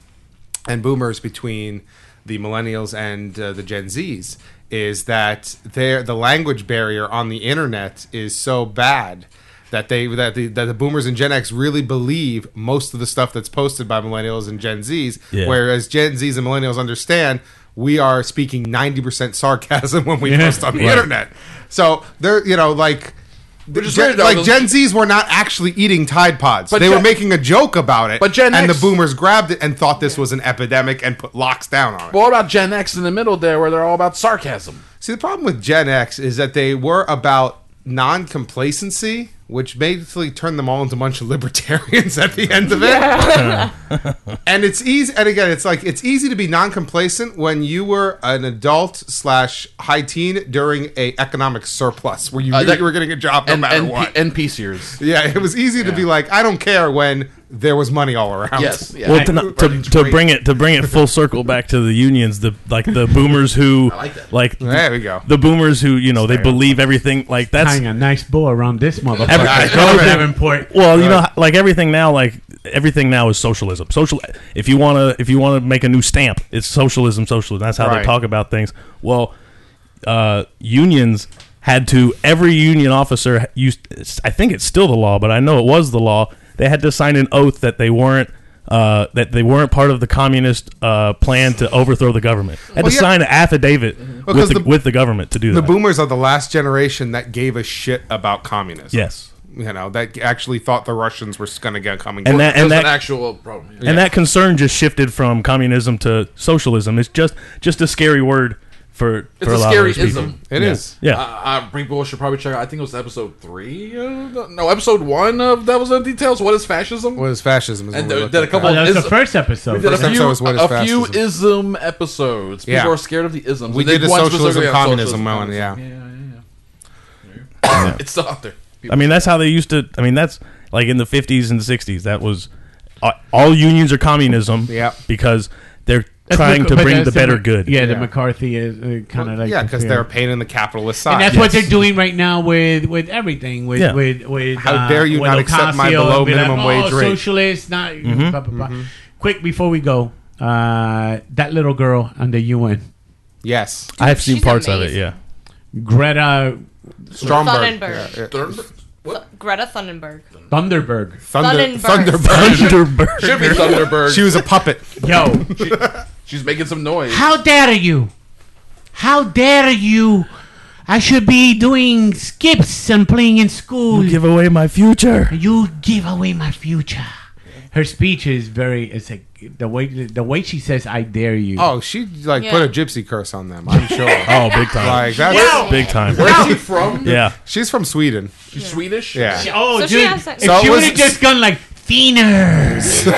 Speaker 5: and boomers between the millennials and uh, the Gen Zs is that their the language barrier on the internet is so bad that they that the, that the boomers and Gen X really believe most of the stuff that's posted by millennials and Gen Zs
Speaker 6: Yeah.
Speaker 5: whereas Gen Zs and millennials understand we are speaking 90% sarcasm when we
Speaker 3: Yeah.
Speaker 5: post on the
Speaker 6: Right.
Speaker 5: internet so they're you know like
Speaker 7: just
Speaker 5: Gen-
Speaker 7: weird, though.
Speaker 5: like Gen Z's were not actually eating Tide Pods.
Speaker 7: But
Speaker 5: they were
Speaker 7: Gen-
Speaker 5: making a joke about it.
Speaker 7: But Gen
Speaker 5: and
Speaker 7: X-
Speaker 5: the boomers grabbed it and thought this was an epidemic and put locks down on it.
Speaker 7: But what about Gen X in the middle there, where they're all about sarcasm?
Speaker 5: See, the problem with Gen X is that they were about non complacency, which basically turned them all into a bunch of libertarians at the end of it. and it's easy, and again, it's like it's easy to be non complacent when you were an adult slash high teen during a economic surplus where you knew
Speaker 7: Uh, that-
Speaker 5: you were getting a job no
Speaker 7: And,
Speaker 5: matter
Speaker 7: and,
Speaker 5: what.
Speaker 7: P- and PCers.
Speaker 5: Yeah, it was easy to be like, I don't care when there was money all around.
Speaker 7: Yes. Yeah.
Speaker 6: Well, to, not- to, to bring it to bring it full circle back to the unions, the like the boomers who
Speaker 7: like that.
Speaker 6: like
Speaker 5: There we go.
Speaker 6: the boomers who you know they believe everything like that's
Speaker 3: Tying a nice bow around this motherfucker.
Speaker 6: Every-
Speaker 3: Go Davenport.
Speaker 6: Well, you know, like everything now, like everything now is socialism. Social. If you wanna, if you wanna make a new stamp, it's socialism. Socialism. That's how
Speaker 5: Right.
Speaker 6: they talk about things. Well, uh, unions had to. Every union officer used. I think it's still the law, but I know it was the law. They had to sign an oath that they weren't. Uh, that they weren't part of the communist uh, plan to overthrow the government. Had
Speaker 5: Well,
Speaker 6: to
Speaker 5: yeah.
Speaker 6: sign an affidavit
Speaker 5: Because
Speaker 6: with, the,
Speaker 5: the-
Speaker 6: with the government to do
Speaker 5: The
Speaker 6: that.
Speaker 5: boomers are the last generation that gave a shit about communism.
Speaker 6: yes,
Speaker 5: You know, that actually thought the Russians were going to get coming.
Speaker 6: and that
Speaker 7: There's
Speaker 6: and
Speaker 7: an
Speaker 6: that
Speaker 7: actual problem.
Speaker 6: and that concern just shifted from communism to socialism. It's just just a scary word for
Speaker 7: It's
Speaker 6: for
Speaker 7: a
Speaker 6: lot of
Speaker 7: scary
Speaker 6: those people.
Speaker 7: ism.
Speaker 5: It is.
Speaker 6: Yeah,
Speaker 7: Uh, uh, people should probably check out. I think it was episode three. Of the, no, episode one of Devils in Details. What is fascism?
Speaker 5: What is fascism? Is what
Speaker 7: And
Speaker 5: we
Speaker 7: there-
Speaker 5: looked
Speaker 7: there are a
Speaker 5: at.
Speaker 7: couple
Speaker 3: Oh, that was the
Speaker 7: Is-
Speaker 3: first
Speaker 7: we
Speaker 3: episode.
Speaker 7: did a
Speaker 5: First
Speaker 7: few,
Speaker 5: Uh, episode was what is
Speaker 7: a few
Speaker 5: fascism.
Speaker 7: ism episodes. People
Speaker 5: Yeah.
Speaker 7: are scared of the isms.
Speaker 5: We
Speaker 7: And they
Speaker 5: did a
Speaker 7: want
Speaker 5: socialism
Speaker 7: specifically
Speaker 5: and
Speaker 7: on
Speaker 5: communism
Speaker 7: socialism.
Speaker 5: one. Yeah.
Speaker 7: yeah. it's still out there.
Speaker 6: I mean that's how they used to. I mean that's like in the fifties and sixties. That was uh, all unions are communism.
Speaker 5: Yeah.
Speaker 6: because they're trying to
Speaker 3: But
Speaker 6: bring
Speaker 3: that's
Speaker 6: the better good.
Speaker 3: Yeah, the McCarthy is uh, kind of like
Speaker 5: yeah, because
Speaker 3: yeah.
Speaker 5: they're a pain in the capitalist side.
Speaker 3: And that's what
Speaker 5: Yes.
Speaker 3: they're doing right now with with everything. With
Speaker 5: Yeah.
Speaker 3: with with
Speaker 5: How
Speaker 3: uh,
Speaker 5: dare you
Speaker 3: with
Speaker 5: not accept my
Speaker 3: Ocasio
Speaker 5: below
Speaker 3: and be
Speaker 5: minimum
Speaker 3: like,
Speaker 5: wage
Speaker 3: oh,
Speaker 5: rate."
Speaker 3: Socialist, not
Speaker 5: Mhm.
Speaker 3: blah, blah, blah. quick before we go. Uh, that little girl on the UN.
Speaker 5: Yes.
Speaker 6: I've seen parts of it. Yeah.
Speaker 3: Greta
Speaker 4: Stromberg. Thunberg. Th- Greta Thunberg.
Speaker 3: Thunderberg.
Speaker 4: Thunder- Thunderbird.
Speaker 6: Thunderberg.
Speaker 7: Should be Thunderbird.
Speaker 5: She was a puppet.
Speaker 3: Yo.
Speaker 7: She, she's making some noise.
Speaker 3: How dare you? How dare you? I should be doing skips and playing in school.
Speaker 6: You give away my future.
Speaker 3: You give away my future. Her speech is very. It's like the way the way she says "I dare you."
Speaker 5: Oh, she like
Speaker 3: Yeah.
Speaker 5: put a gypsy curse on them. I'm sure.
Speaker 6: Oh, big time.
Speaker 5: Like that's
Speaker 6: Wow. Big time.
Speaker 7: Where's she from?
Speaker 6: Yeah.
Speaker 5: She's from Sweden.
Speaker 7: She's Swedish.
Speaker 5: Yeah.
Speaker 3: Oh,
Speaker 7: So she
Speaker 3: dude!
Speaker 7: has that-
Speaker 3: If
Speaker 5: So
Speaker 3: she
Speaker 5: it
Speaker 3: would
Speaker 5: was-
Speaker 3: have just gone like "Fieners,"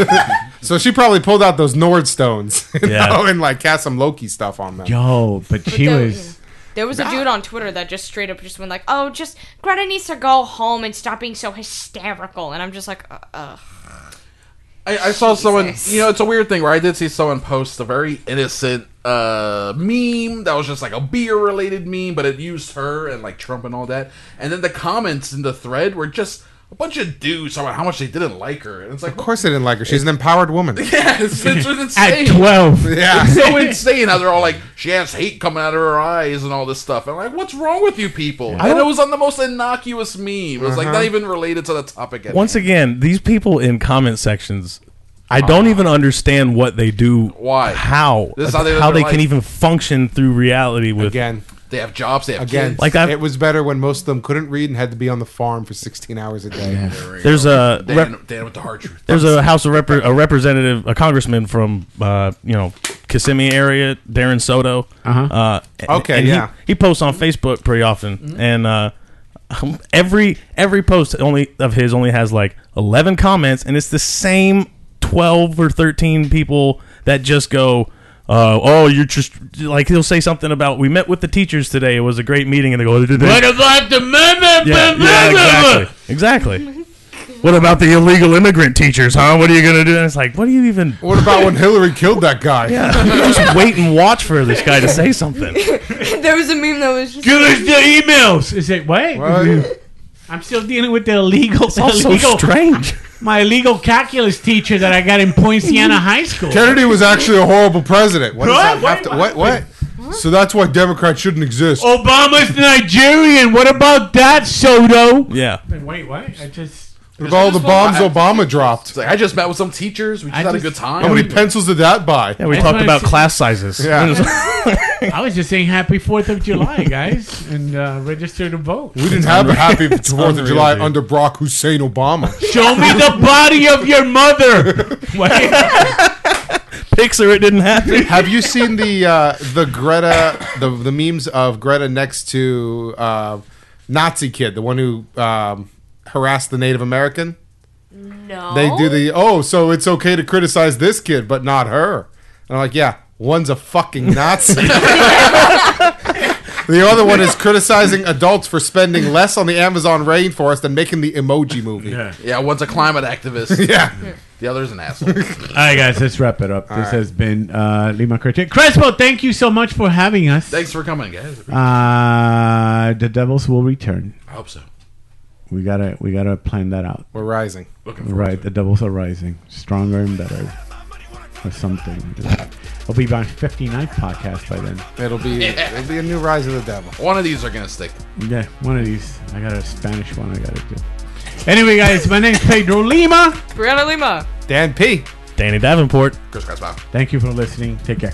Speaker 5: so she probably pulled out those Nord stones, you
Speaker 3: Yeah.
Speaker 5: know, and like cast some Loki stuff on them.
Speaker 3: yo, but she
Speaker 4: the-
Speaker 3: was.
Speaker 4: There was a dude on Twitter that just straight up just went like, "Oh, just Greta needs to go home and stop being so hysterical." And I'm just like, uh, uh.
Speaker 7: I, I saw someone. You know, it's a weird thing where I did see someone post a very innocent uh, meme that was just like a beer-related meme, but it used her and like Trump and all that. And then the comments in the thread were just a bunch of dudes about how much they didn't like her, and it's like,
Speaker 5: Of course, they didn't like her. She's an empowered woman.
Speaker 7: yeah, it's, it's insane.
Speaker 5: At 12.
Speaker 7: yeah,
Speaker 5: Yeah.
Speaker 7: it's so insane how they're all like, she has hate coming out of her eyes and all this stuff. And I'm like, what's wrong with you people? And
Speaker 6: I
Speaker 7: it
Speaker 6: don't-
Speaker 7: was on the most innocuous meme. It was like
Speaker 6: Uh-huh.
Speaker 7: not even related to the topic. At
Speaker 6: Once again, these people in comment sections, I don't even understand what they do.
Speaker 7: Why?
Speaker 6: How?
Speaker 7: This is how
Speaker 6: how
Speaker 7: they
Speaker 6: they,
Speaker 7: live their life.
Speaker 6: can even function through reality with
Speaker 5: again.
Speaker 7: They have jobs. They have
Speaker 5: Again,
Speaker 7: kids.
Speaker 6: Like, I've-
Speaker 5: it was better when most of them couldn't read and had to be on the farm for 16 hours a day.
Speaker 6: There's a
Speaker 7: Dan, Dan with the hard truth.
Speaker 6: There's a House of Rep- a representative, a congressman from uh, you know Kissimmee area, Darren Soto.
Speaker 5: Uh-huh.
Speaker 6: Uh, and-
Speaker 5: Okay,
Speaker 6: and he-
Speaker 5: yeah.
Speaker 6: He, posts on Facebook pretty often, and uh, every every post only of his only has like 11 comments, and it's the same 12 or 13 people that just go. Uh, oh, you're just like he'll say something about we met with the teachers today. It was a great meeting, and they go,
Speaker 3: What about the mama?
Speaker 6: yeah, yeah, exactly. Exactly. What about the illegal immigrant teachers, huh? What are you gonna do? And it's like, what do you even?
Speaker 5: What about when Hillary killed that guy?
Speaker 6: Yeah, you just wait and watch for this guy to say something.
Speaker 4: there was a meme that was just
Speaker 3: Give us the emails. Is it what? I'm still dealing with the illegal.
Speaker 6: It's all so
Speaker 3: illegal-
Speaker 6: strange.
Speaker 3: My illegal calculus teacher that I got in Poinciana High School.
Speaker 5: Kennedy was actually a horrible president. What does that
Speaker 3: What?
Speaker 5: have to- What? What? Oh, So that's why Democrats shouldn't exist.
Speaker 3: Obama's Nigerian. What about that, Soto?
Speaker 6: Yeah.
Speaker 3: Wait, what? I just.
Speaker 5: With all the bombs Obama dropped.
Speaker 7: It's like, I just met with some teachers. We just had
Speaker 3: just-
Speaker 7: a good time.
Speaker 5: How many pencils did that buy?
Speaker 6: Yeah, we
Speaker 3: I
Speaker 6: talked
Speaker 3: wanna
Speaker 6: about
Speaker 3: see-
Speaker 6: class sizes.
Speaker 5: Yeah.
Speaker 3: I was just saying happy 4th of July, guys, and uh, register to vote.
Speaker 5: We didn't have a happy
Speaker 6: It's
Speaker 5: 4th of
Speaker 6: unreal,
Speaker 5: July
Speaker 6: dude.
Speaker 5: under Barack Hussein Obama.
Speaker 3: Show me the body of your mother. Wait.
Speaker 6: Pixar, it didn't happen.
Speaker 5: Have you seen the uh, the Greta the the memes of Greta next to uh, Nazi kid, the one who um, harassed the Native American?
Speaker 4: no.
Speaker 5: They do the oh, so it's okay to criticize this kid but not her. And I'm like, yeah, one's a fucking Nazi. the other one is criticizing adults for spending less on the Amazon rainforest than making the emoji movie.
Speaker 3: Yeah.
Speaker 7: Yeah, one's a climate activist.
Speaker 5: Yeah.
Speaker 7: the other's an asshole.
Speaker 3: All right, guys, let's wrap it up. this has been uh, Lima Critic. Crespo, thank you so much for having us.
Speaker 7: Thanks for coming, guys.
Speaker 3: Uh, the Devils will return.
Speaker 7: I hope so.
Speaker 3: We gotta, we gotta plan that out.
Speaker 5: We're rising.
Speaker 3: Right, the Devils are rising, stronger and better, or something. I'll be on 59th podcast by then.
Speaker 5: It'll be
Speaker 7: Yeah.
Speaker 5: it'll be a new rise of the devil.
Speaker 7: One of these are gonna stick.
Speaker 3: Yeah, one of these. I got a Spanish one. I gotta do. Anyway, guys, my name's Pedro Lima.
Speaker 4: Brianna Lima.
Speaker 5: Dan P.
Speaker 6: Danny Davenport.
Speaker 7: Chris Crespo.
Speaker 3: Thank you for listening. Take care.